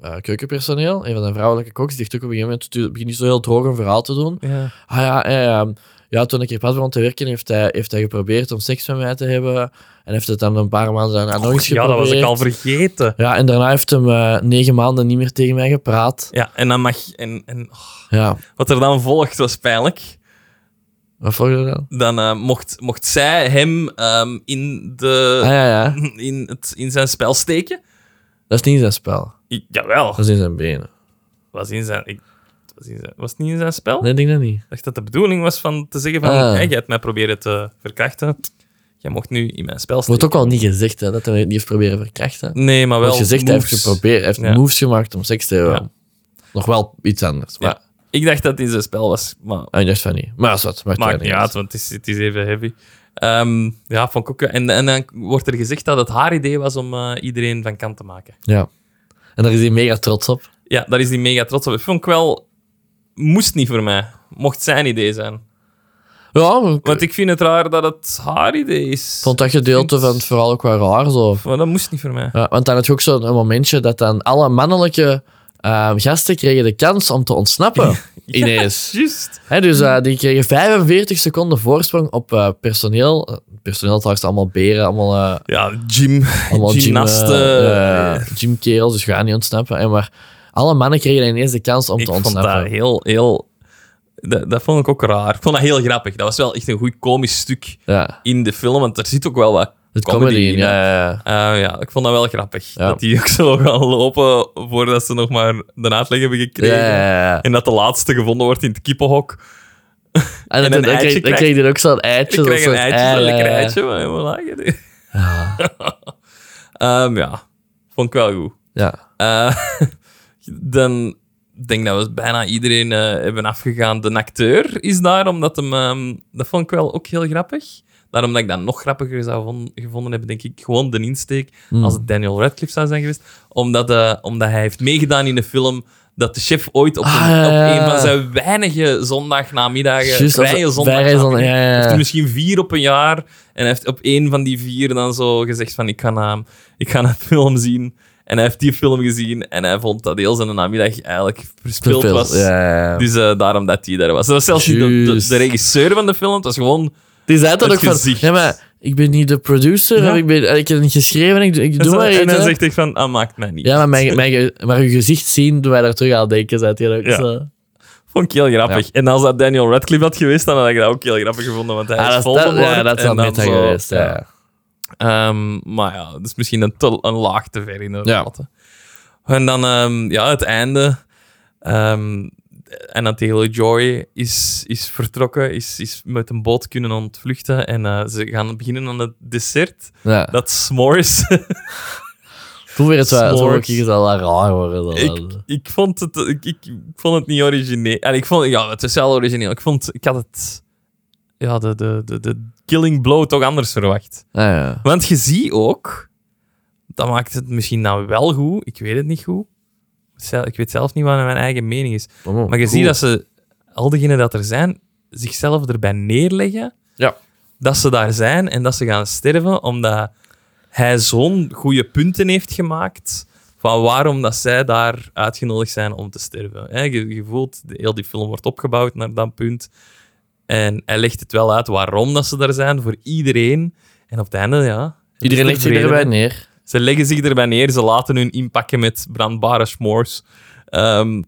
A: eh, keukenpersoneel, een van zijn vrouwelijke koks, die zegt ook op een gegeven moment, "Tu- begint niet zo heel droog een verhaal te doen. Ah ja, ehm, ja toen ik hier pas begon te werken, heeft hij, heeft hij geprobeerd om seks met mij te hebben. En heeft het dan een paar maanden daarna nog eens
B: Oh, ja,
A: geprobeerd.
B: dat was ik al vergeten.
A: Ja, en daarna heeft hij negen maanden niet meer tegen mij gepraat.
B: Ja, en dan mag... En, en, oh,
A: Ja,
B: wat er dan volgt was pijnlijk.
A: wat volgde er dan?
B: Dan eh, mocht, mocht zij hem ehm, in, de,
A: Ah ja, ja,
B: in, het, in zijn spel steken.
A: dat is niet zijn spel.
B: Ik- jawel.
A: Dat is in zijn benen.
B: Was, in zijn, ik, was, in zijn, was het niet in zijn spel?
A: Nee, ik denk dat niet.
B: Ik dacht dat de bedoeling was van te zeggen van...
A: Ah.
B: Hey, jij hebt mij proberen te verkrachten. Jij mocht nu in mijn spel steken.
A: Wordt ook wel niet gezegd hè, dat hij het niet heeft proberen verkrachten.
B: Nee, maar wel
A: Wordt gezegd, hij heeft
B: moves.
A: geprobeerd, hij heeft
B: Ja.
A: moves gemaakt om seks te hebben.
B: Ja.
A: Nog wel iets anders. Maar
B: Ja. Ik dacht dat het in zijn spel was, maar
A: ah, ik dacht van niet. Maar dat is wat. Maakt
B: Maakt
A: verder
B: niet uit, want het is, het is even heavy. Ehm, ja, vond ik ook. En, en dan wordt er gezegd dat het haar idee was om eh, iedereen van kant te maken.
A: Ja. En daar is hij mega trots op.
B: Ja, daar is die mega trots op. Dat vond ik wel... Moest niet voor mij. Mocht zijn idee zijn.
A: Ja, maar ik
B: Want ik vind het raar dat het haar idee is.
A: vond dat gedeelte van het vooral ook wel raar. Zo.
B: Maar dat moest niet voor mij.
A: Ja, want dan had je ook zo'n een momentje dat dan alle mannelijke eh, gasten kregen de kans om te
B: <laughs>
A: ontsnappen. Ineens.
B: Juist.
A: Hè, dus eh, die kregen 45 seconden voorsprong op eh, personeel. Eh, Personeel trouwens, allemaal beren, allemaal eh,
B: Ja, gym. eh,
A: Allemaal eh,
B: gymnasten.
A: gym, eh, gymkerels, dus ga niet ontsnappen. En maar alle mannen kregen ineens de kans om
B: ik
A: te
B: vond dat
A: ontsnappen.
B: heel... heel dat, dat vond ik ook raar. Ik vond dat heel grappig. Dat was wel echt een goed komisch stuk
A: Ja,
B: in de film, want er zit ook wel wat
A: het comedy. in,
B: hè.
A: ja, ja, ja.
B: Eh, ja, ik vond dat wel grappig.
A: Ja.
B: Dat die ook zo <laughs> gaan lopen voordat ze nog maar de uitleg hebben gekregen.
A: Ja, ja, ja.
B: En dat de laatste gevonden wordt in het kippenhok.
A: En,
B: een
A: dan, dan,
B: eitje
A: kreeg, dan
B: krijgt-
A: kreeg je ook zo'n eitje.
B: Ik krijg
A: zo'n
B: een
A: soort
B: eitje,
A: ei,
B: een lekker
A: ja, ja.
B: eitje. Maar helemaal lager. <laughs> Ehm, ja, vond ik wel goed.
A: Ja.
B: Eh, dan denk dat we bijna iedereen eh, hebben afgegaan. De acteur is daar, omdat hem... ehm, dat vond ik wel ook heel grappig. Daarom dat ik dat nog grappiger zou von- gevonden hebben, denk ik. Gewoon de insteek,
A: Hmm.
B: als het Daniel Radcliffe zou zijn geweest. Omdat, eh, omdat hij heeft meegedaan in de film dat de chef ooit op, een,
A: Ah, ja, ja,
B: op een
A: ja.
B: van zijn weinige zondagnamiddagen...
A: Juist, als-
B: vrije
A: vrije zon-
B: zondagnamiddagen,
A: ja, ja, ja.
B: heeft er misschien vier op een jaar. En hij heeft op één van die vier dan zo gezegd van... Ik ga, naar- ik ga een film zien En hij heeft die film gezien en hij vond dat heel zijn namiddag eigenlijk verspild
A: Te veel.
B: was.
A: Ja, ja.
B: Dus eh, daarom dat hij daar was. Dat was zelfs niet de, de,
A: Juist.
B: de regisseur van de film, het was gewoon...
A: Die zei dan
B: Het
A: ook van,
B: gezicht.
A: ja, maar ik ben niet de producer,
B: Ja.
A: of ik, ben, eh, ik heb het niet geschreven, ik, doe- ik doe maar
B: en
A: iets.
B: hij
A: hè.
B: zegt echt van, ah, maakt mij niet.
A: Ja, maar, mijn, mijn, ge- maar uw gezicht zien, doen wij daar terug aan denken, zei hij ook.
B: Ja.
A: Zo.
B: Vond ik heel grappig. En als dat Daniel Radcliffe had geweest, dan had ik dat ook heel grappig gevonden, want hij
A: Ah,
B: is
A: dat,
B: vol
A: dat, ja, dat is wel meta geweest. Ja.
B: Ehm, maar ja, dus misschien een, te- een laag te ver in de
A: Ja.
B: laten. En dan ehm, ja, het einde. Ehm en dat hele Joy is, is vertrokken, is, is met een boot kunnen ontvluchten. En eh, ze gaan beginnen aan het dessert.
A: Ja.
B: Dat s'mores. <laughs>
A: Toen weer het zo,
B: S'mores.
A: zo ook hier zal dat raar worden. dan.
B: ik, ik, vond het, ik, ik vond het niet origineel. En ik vond, ja, het is wel origineel. Ik, vond, ik had het, ja, de, de, de, de killing blow toch anders verwacht.
A: Ah, ja.
B: Want je ziet ook, dat maakt het misschien nou wel goed, ik weet het niet goed. Zel- Ik weet zelf niet wat mijn eigen mening is.
A: Oh,
B: Maar je
A: cool.
B: ziet dat ze, al diegenen dat er zijn, zichzelf erbij neerleggen.
A: Ja.
B: Dat ze daar zijn en dat ze gaan sterven omdat hij zo'n goede punten heeft gemaakt van waarom dat zij daar uitgenodigd zijn om te sterven. Hè, Je, je voelt, de- heel die film wordt opgebouwd naar dat punt. En hij legt het wel uit waarom dat ze daar zijn, voor iedereen. En op het einde, ja...
A: Iedereen legt zich
B: tevreden.
A: erbij neer.
B: Ze leggen zich erbij neer, ze laten hun inpakken met brandbare s'mores. Ehm,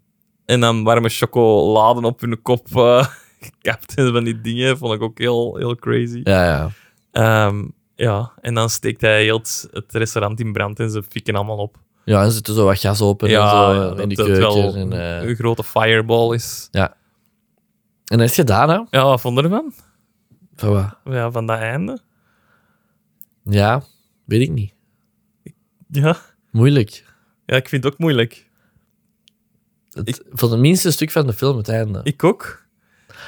B: en dan warme chocoladen op hun kop eh, <laughs> gekapt en van die dingen. Vond ik ook heel, heel crazy.
A: Ja, ja.
B: Ehm, ja, en dan steekt hij heel het, het restaurant in brand en ze fikken allemaal op.
A: Ja, en zitten zo wat gas open en
B: ja,
A: zo, eh, in die
B: dat
A: keuken.
B: het wel
A: en, eh,
B: een grote fireball is.
A: en dat is gedaan, hè?
B: Ja, wat vond je ervan?
A: Van wat?
B: Ja, van dat einde?
A: Ja, weet ik niet.
B: Ja.
A: Moeilijk.
B: ja, ik vind het ook moeilijk.
A: Het, Van het minste stuk van de film, het einde.
B: Ik ook.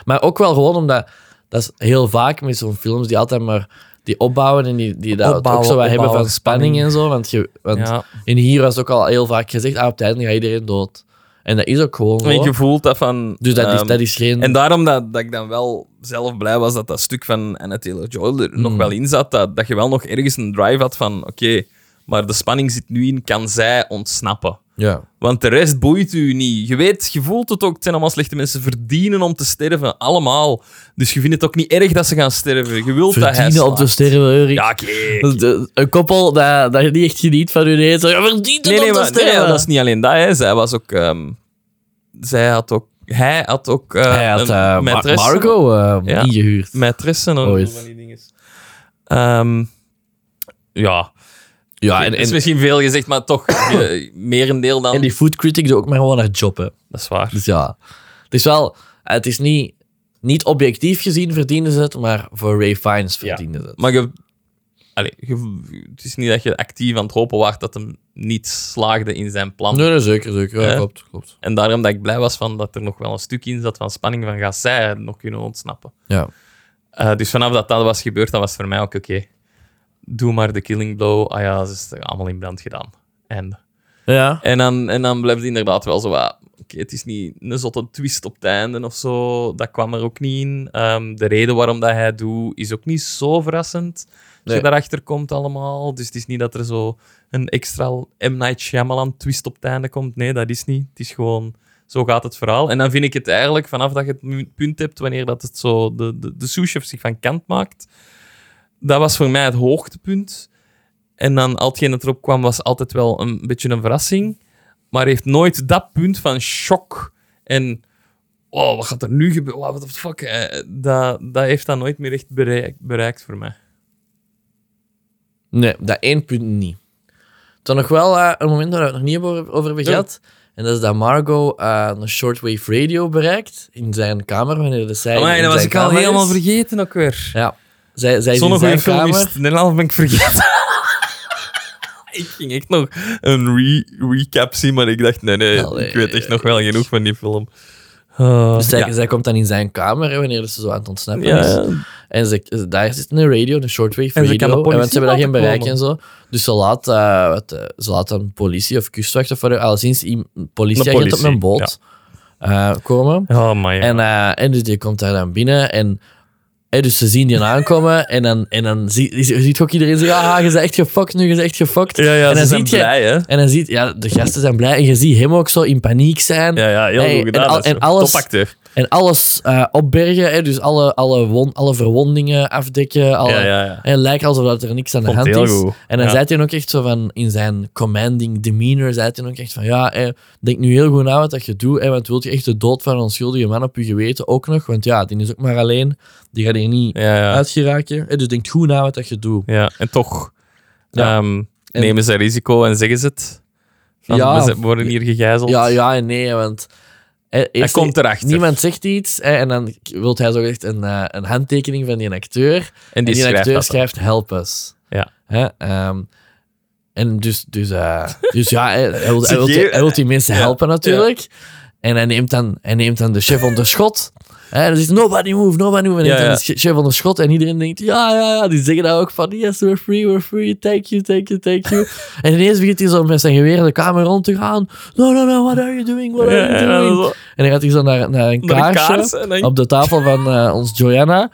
A: Maar ook wel gewoon omdat... Dat is heel vaak met zo'n films die altijd maar... Die opbouwen en die, die dat
B: Opbouwen,
A: ook zo wat hebben
B: opbouwen,
A: van spanning en zo. Want, je, want
B: Ja.
A: in hier was ook al heel vaak gezegd... Ah, op het einde gaat iedereen dood. En dat is ook gewoon
B: En
A: zo.
B: je voelt dat van...
A: Dus dat is,
B: ehm,
A: dat is geen...
B: En daarom dat, dat ik dan wel zelf blij was dat dat stuk van Anna Taylor-Joy er
A: Hm.
B: nog wel in zat. Dat, dat je wel nog ergens een drive had van... Oké, maar de spanning zit nu in. Kan zij ontsnappen?
A: ja.
B: Want de rest boeit u niet. Je weet, je voelt het ook. Het zijn allemaal slechte mensen. Verdienen om te sterven. Allemaal. Dus je vindt het ook niet erg dat ze gaan sterven. Je wilt dat hij
A: Verdienen om te
B: slaagt.
A: sterven, Erik.
B: Ja, kijk.
A: Dat- dat- Een koppel dat, dat je niet echt geniet van hun eten. Ja, verdient het
B: Nee,
A: om
B: nee,
A: te
B: maar, nee,
A: sterven.
B: nee, dat is niet alleen dat. Hè. Zij was ook... ehm, zij had ook... Hij had ook... eh,
A: Hij had
B: een
A: eh, Ma-
B: maîtresse.
A: Marco eh,
B: Ja.
A: ingehuurd.
B: maîtresse. en
A: Ooit.
B: zo van die dinges. Ehm, ja,
A: Ja,
B: en,
A: Ah, en,
B: is
A: en,
B: misschien veel gezegd, maar toch eh, <coughs> merendeel dan.
A: en die food critic doet ook maar gewoon haar job. Hè.
B: Dat is waar.
A: Dus ja, het is wel... Het is niet, niet objectief gezien verdienen ze het, maar voor Ray Fiennes verdienen ze het.
B: Maar je, allee, je- het is niet dat je actief aan het hopen was dat hem niet slaagde in zijn plan.
A: Nee, nee, zeker, zeker. Ja,
B: Hè?
A: klopt, klopt.
B: En daarom dat ik blij was van dat er nog wel een stuk in zat van spanning van gaat zij nog kunnen ontsnappen.
A: Ja.
B: Eh, dus vanaf dat dat was gebeurd, dan was het voor mij ook oké. Doe maar de killing blow. Ah ja, ze is allemaal in brand gedaan. En
A: Ja.
B: En dan, en dan blijft het inderdaad wel zo wat... Oké, het is niet een zotte twist op het einde of zo. Dat kwam er ook niet in. Ehm, de reden waarom dat hij het doet, is ook niet zo verrassend. Als
A: Nee.
B: je daarachter komt allemaal. Dus het is niet dat er zo een extra M. Night Shyamalan twist op het einde komt. Nee, dat is niet. Het is gewoon... Zo gaat het verhaal. En dan vind ik het eigenlijk, vanaf dat je het mu- punt hebt, wanneer dat het zo de, de, de sous-chef zich van kant maakt, dat was voor mij het hoogtepunt. En dan al hetgeen dat erop kwam, was altijd wel een beetje een verrassing. Maar heeft nooit dat punt van shock en... Oh, wat gaat er nu gebeuren? Wow, What the fuck? eh, Dat, dat heeft dat nooit meer echt bereik- bereikt voor mij.
A: Nee, dat één punt niet. Dan nog wel eh, een moment waar we het nog niet hebben over hebben
B: Ja.
A: gehad. En dat is dat Margot eh, een shortwave radio bereikt in zijn kamer, wanneer de zij
B: Amai,
A: in
B: Oh, dat was
A: zijn
B: ik al
A: kamer
B: helemaal
A: is.
B: vergeten ook weer.
A: Ja. Zij, zij is in
B: Zo'n goede
A: zijn
B: film
A: kamer.
B: is het. De helft ben ik vergeten. <laughs> ik ging echt nog een re- recap zien, maar ik dacht, nee, nee,
A: Allee.
B: ik weet echt nog wel genoeg van die film. Ah,
A: eh, Dus zij,
B: ja.
A: zij komt dan in zijn kamer hè, wanneer ze zo aan het ontsnappen
B: Ja,
A: is.
B: ja.
A: En ze, daar zit een radio, een shortwave
B: kan de
A: radio. En want
B: politie
A: ze hebben daar geen
B: laten
A: bereik
B: komen.
A: en zo. Dus ze laat, eh, wat, eh, ze laat een politie of kustwacht of wat, alleszins een politieagent op
B: politie,
A: mijn boot eh, komen.
B: Oh, man.
A: En, eh, en dus die komt daar dan binnen en Hè, dus ze zien die
B: <laughs>
A: aankomen en dan, en dan zie, je ziet ook iedereen zeggen, ah, je bent echt gefokt nu, je bent echt gefokt.
B: Ja,
A: en
B: ja, ze
A: dan
B: zijn
A: ziet je,
B: blij, hè?
A: en dan ziet, ja, de gasten zijn blij en je ziet hem ook zo in paniek zijn
B: Ja, ja, heel
A: Hey,
B: goed gedaan.
A: en al-
B: dat is
A: en
B: zo.
A: alles-
B: Topacteur.
A: en alles eh, opbergen, hè, dus alle, alle, won, alle verwondingen afdekken, alle,
B: Ja, ja, ja.
A: En het lijkt alsof dat er niks aan de
B: Vond
A: hand
B: het heel
A: is.
B: goed.
A: En dan
B: Ja.
A: zei hij ook echt zo van, in zijn commanding demeanor, zei hij ook echt van, ja, eh, denk nu heel goed na wat dat je doet, hè, want wilt je echt de dood van een onschuldige man op je geweten ook nog? Want ja, die is ook maar alleen, die gaat hier niet
B: Ja, ja.
A: uitgeraken. Hè, dus denk goed na wat dat je doet.
B: ja. En toch
A: Ja.
B: ehm,
A: En-
B: nemen ze risico en zeggen ze het. Van,
A: Ja.
B: we zijn- worden hier gegijzeld.
A: Ja, ja en nee, want... eh,
B: Hij
A: eerst-
B: komt erachter.
A: Niemand zegt iets hè, en dan wil hij zo echt een, eh, een handtekening van die acteur.
B: en
A: En
B: die,
A: die,
B: schrijft
A: acteur
B: dat dan.
A: schrijft help us.
B: Ja.
A: Hè? ehm, en dus, dus, eh, dus ja, hij, hij wil,
B: <laughs> Ze
A: hij, wil, die-
B: geven-
A: hij wil die mensen
B: Ja,
A: helpen natuurlijk. En hij neemt, dan, hij neemt dan de chef onder schot. Hè, en dan zegt nobody move, nobody move. En hij
B: Ja,
A: neemt dan
B: ja.
A: de sch- chef onder schot. En iedereen denkt, ja, ja, ja. Die zeggen daar ook van, yes, we're free, we're free. Thank you, thank you, thank
B: <laughs>
A: you. en ineens begint hij zo met zijn geweer de kamer rond te gaan. No, no, no, what are you doing, what are
B: Ja,
A: you
B: ja,
A: doing?
B: <laughs> dat is
A: En dan gaat hij zo naar, naar een
B: wel- naar een
A: kaarsje
B: kaars en dan-
A: op de tafel van eh, ons Joanna.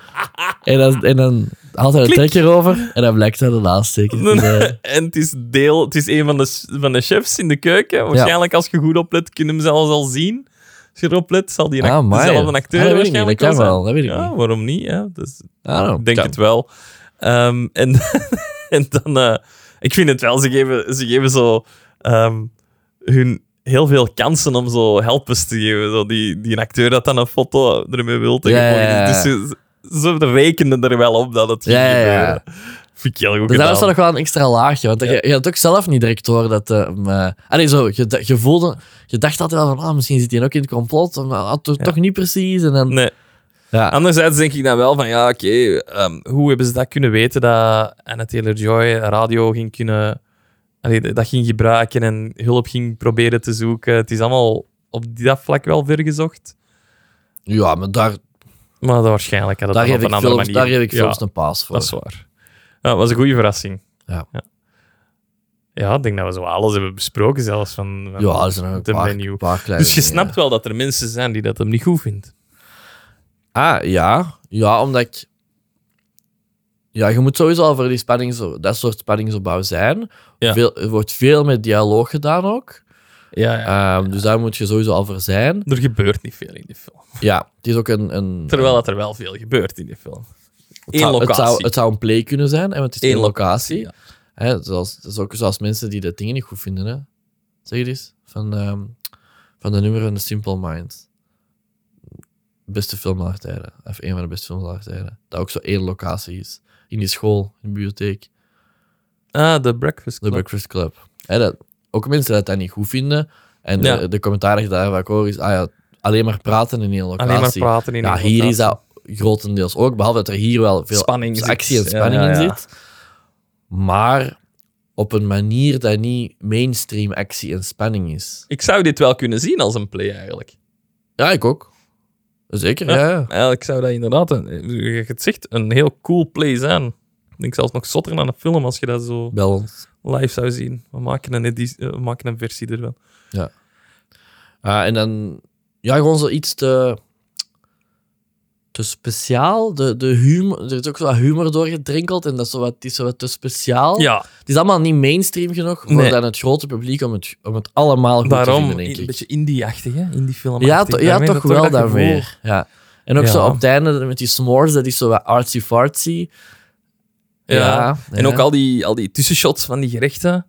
A: En dan, en dan haalt hij de
B: Klik.
A: trekker over en dan blijkt hij de laatste eh,
B: En het is, deel, het is een van de, van de chefs in de keuken. Waarschijnlijk als je goed oplet, kun je hem zelfs al zien. Als je erop let, zal die een
A: Ah,
B: act-
A: amai.
B: dezelfde acteur
A: Ah, dat weet ik niet,
B: waarschijnlijk
A: dat kan
B: zijn.
A: wel, dat weet ik
B: ja,
A: niet.
B: Waarom niet? Hè? Dus,
A: Ah,
B: ik denk
A: kan.
B: het wel. Ehm, en, <laughs> en dan... eh, ik vind het wel, ze geven, ze geven zo... ehm, hun heel veel kansen om zo helpers te geven. Zo die, die een acteur dat dan een foto ermee wil tegenwoordig.
A: Ja, ja, ja.
B: Dus ze, ze rekenen er wel op dat het ging
A: Ja, ja, ja.
B: gebeuren. Vind ik heel goed
A: Dus dat
B: gedaan.
A: was dan nog wel een extra laagje, want je, je had ook zelf niet direct door dat... eh, hem, eh, allee, zo, je, d- je voelde... Je dacht altijd wel van, ah, misschien zit hij ook in het complot, maar ah, toch, toch niet precies. En dan,
B: Nee. Ah.
A: Ja.
B: Anderzijds denk ik dan wel van ja, oké, ehm, hoe hebben ze dat kunnen weten dat Anna Taylor Joy radio ging kunnen, allee, dat ging gebruiken en hulp ging proberen te zoeken. Het is allemaal op dat vlak wel vergezocht,
A: Ja, maar daar,
B: maar dat waarschijnlijk had het
A: daar,
B: dan
A: geef,
B: op
A: ik
B: een andere
A: films,
B: manier.
A: daar geef ik
B: Ja,
A: films een paas voor.
B: dat is waar. Ja, dat was een goede verrassing.
A: Ja.
B: ja. Ja, ik denk dat we zo alles hebben besproken, zelfs van, van
A: ja, er zijn nog een
B: de
A: paar,
B: menu.
A: paar kleine
B: Dus je
A: dingen.
B: snapt wel dat er mensen zijn die dat hem niet goed vinden.
A: Ah, ja. Ja, omdat ik... Ja, je moet sowieso al voor die spannings, dat soort spanningsopbouw zijn.
B: Ja.
A: Veel, er wordt veel met dialoog gedaan ook.
B: Ja, ja.
A: Ehm, Dus daar moet je sowieso al voor zijn.
B: Er gebeurt niet veel in die film.
A: Ja, het is ook een... een
B: Terwijl dat er wel veel gebeurt in die film.
A: het,
B: Eén
A: zou, het, zou,
B: locatie.
A: het zou een play kunnen zijn, hè, want het is
B: Eén
A: één locatie.
B: ja.
A: Hè, zoals, dat is ook zoals mensen die dat dingen niet goed vinden. Hè. Zeg het eens. Van, ehm, van de nummer van The Simple Minds. Beste film aller tijden. Of een van de beste films aller tijden. Dat ook zo één locatie is. In die school, in de bibliotheek.
B: Ah, The Breakfast
A: The
B: Club.
A: Breakfast Club. Hè, dat, ook mensen dat dat niet goed vinden. En
B: Ja.
A: de, de commentaar die ik daar vaak hoor is... Ah ja, alleen maar praten in één locatie.
B: Alleen maar praten in
A: Ja,
B: een
A: hier is
B: locatie.
A: dat grotendeels ook. Behalve dat er hier wel veel
B: Spanning zit.
A: Dus actie en
B: Ja,
A: spanning
B: ja,
A: in
B: ja.
A: zit. Maar op een manier dat niet mainstream actie en spanning is.
B: Ik zou dit wel kunnen zien als een play, eigenlijk.
A: Ja, ik ook. Zeker, ja.
B: Ja.
A: ja.
B: Ja, ik zou dat inderdaad, een, je hebt het zegt, een heel cool play zijn. Ik denk zelfs nog zotter dan een film als je dat zo
A: Bel ons.
B: live zou zien. We maken een, edi- eh, we maken een versie ervan.
A: Ah, en dan... Ja, gewoon zoiets te... Te speciaal. De, de humor... Er is ook zo wat humor doorgedrinkeld. En dat is zo wat, het is zo wat Oh. te speciaal.
B: Ja,
A: Het is allemaal niet mainstream genoeg voor
B: Nee.
A: dan het grote publiek om het, om het allemaal goed
B: daarom
A: te vinden, denk
B: een
A: ik.
B: beetje indie-achtig, hè? Indie-film.
A: Ja, to- ja toch wel daarmee. Ja. En ook
B: Ja.
A: zo op het einde met die s'mores, dat is zo wat artsy-fartsy.
B: Ja. En
A: ja.
B: ook al die, al die tussenshots van die gerechten.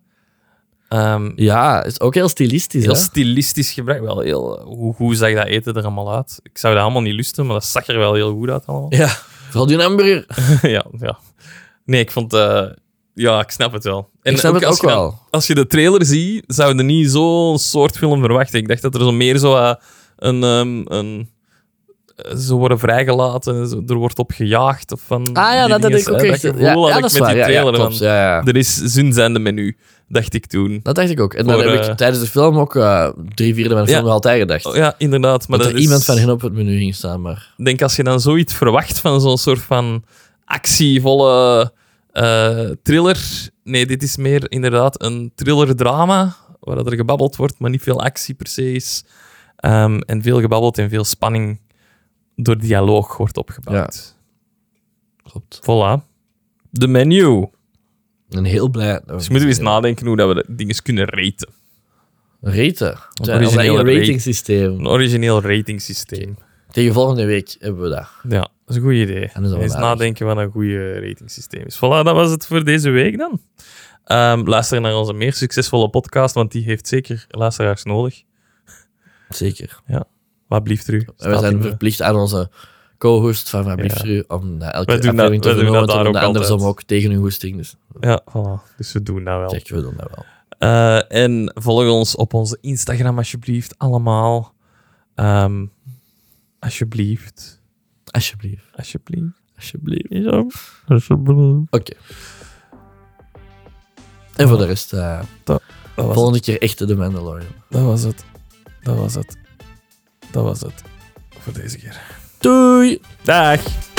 B: Ehm,
A: Ja, is ook heel stilistisch,
B: Heel
A: hè?
B: stilistisch gebruikt. Wel heel, hoe, hoe zag dat eten er allemaal uit? Ik zou dat allemaal niet lusten, maar dat zag er wel heel goed
A: <laughs>
B: uit allemaal.
A: Ja. Vooral die hamburger.
B: ja, ja. Nee, ik vond... eh, ja, ik snap het wel. En
A: Ik snap het
B: als
A: ook
B: je dan-
A: wel.
B: als je de trailer ziet, zou je niet zo'n soort film verwachten. Ik dacht dat er zo meer zo eh, een... ehm, een eh, ze worden vrijgelaten, zo- er wordt op gejaagd. Of van
A: Ah ja,
B: die
A: dat had
B: dinges,
A: ik ook
B: hè.
A: echt.
B: Dat
A: ja,
B: gevoel
A: ja,
B: had
A: dat
B: ik
A: is
B: met
A: waar.
B: die
A: Ja, ja,
B: trailer. van,
A: klopt. Ja, ja.
B: Er is zin zijn de menu, dacht ik toen.
A: Dat dacht ik ook. En dat
B: Voor,
A: heb ik
B: eh,
A: tijdens de film ook eh, drie vierde van de
B: Ja.
A: film nog altijd gedacht.
B: Oh, ja, inderdaad. Maar
A: dat
B: dat
A: er
B: is-
A: iemand van hen op het menu ging staan, maar...
B: Ik denk als je dan zoiets verwacht van zo'n soort van actievolle eh, thriller. Nee, dit is meer inderdaad een thriller-drama. Waar dat er gebabbeld wordt, maar niet veel actie per se is. Ehm, en veel gebabbeld en veel spanning door dialoog wordt opgebouwd.
A: Klopt.
B: Voilà. De menu.
A: Een heel blij.
B: Dus moeten we eens nadenken hoe dat we de dingen kunnen raten.
A: Raten. Ons
B: originele
A: eigen
B: rate.
A: ratingsysteem.
B: Een origineel ratingsysteem.
A: Tegen volgende week hebben we dat.
B: Ja, dat is een goed idee.
A: dat is wel dus.
B: Eens
A: waar.
B: nadenken wat een goede ratingsysteem is. Voilà, dat was het voor deze week dan. Ehm, luister naar onze meer succesvolle podcast, want die heeft zeker luisteraars nodig.
A: Zeker.
B: Wat blieft er u?
A: En we
B: Staat in
A: zijn
B: de-
A: verplicht aan onze co-host van Van Briefru om eh, elke
B: Wij doen dat-
A: aflevering
B: wij
A: te
B: doen
A: vernomen
B: dat
A: te
B: daar
A: doen.
B: ook
A: Andersom
B: altijd.
A: ook tegen hun goesting. Dus
B: Ja, voilà. dus we doen dat wel.
A: check, we doen dat wel.
B: Eh, en volg ons op onze Instagram alsjeblieft, allemaal. Ehm, alsjeblieft.
A: Alsjeblieft.
B: Alsjeblieft.
A: Alsjeblieft.
B: Ja, alsjeblieft.
A: Oké. En voor de rest, eh,
B: Dat was,
A: volgende keer echt de Mandalorian.
B: het. dat was het. Dat was het. Dat was het. Voor deze keer.
A: Doei!
B: Dag.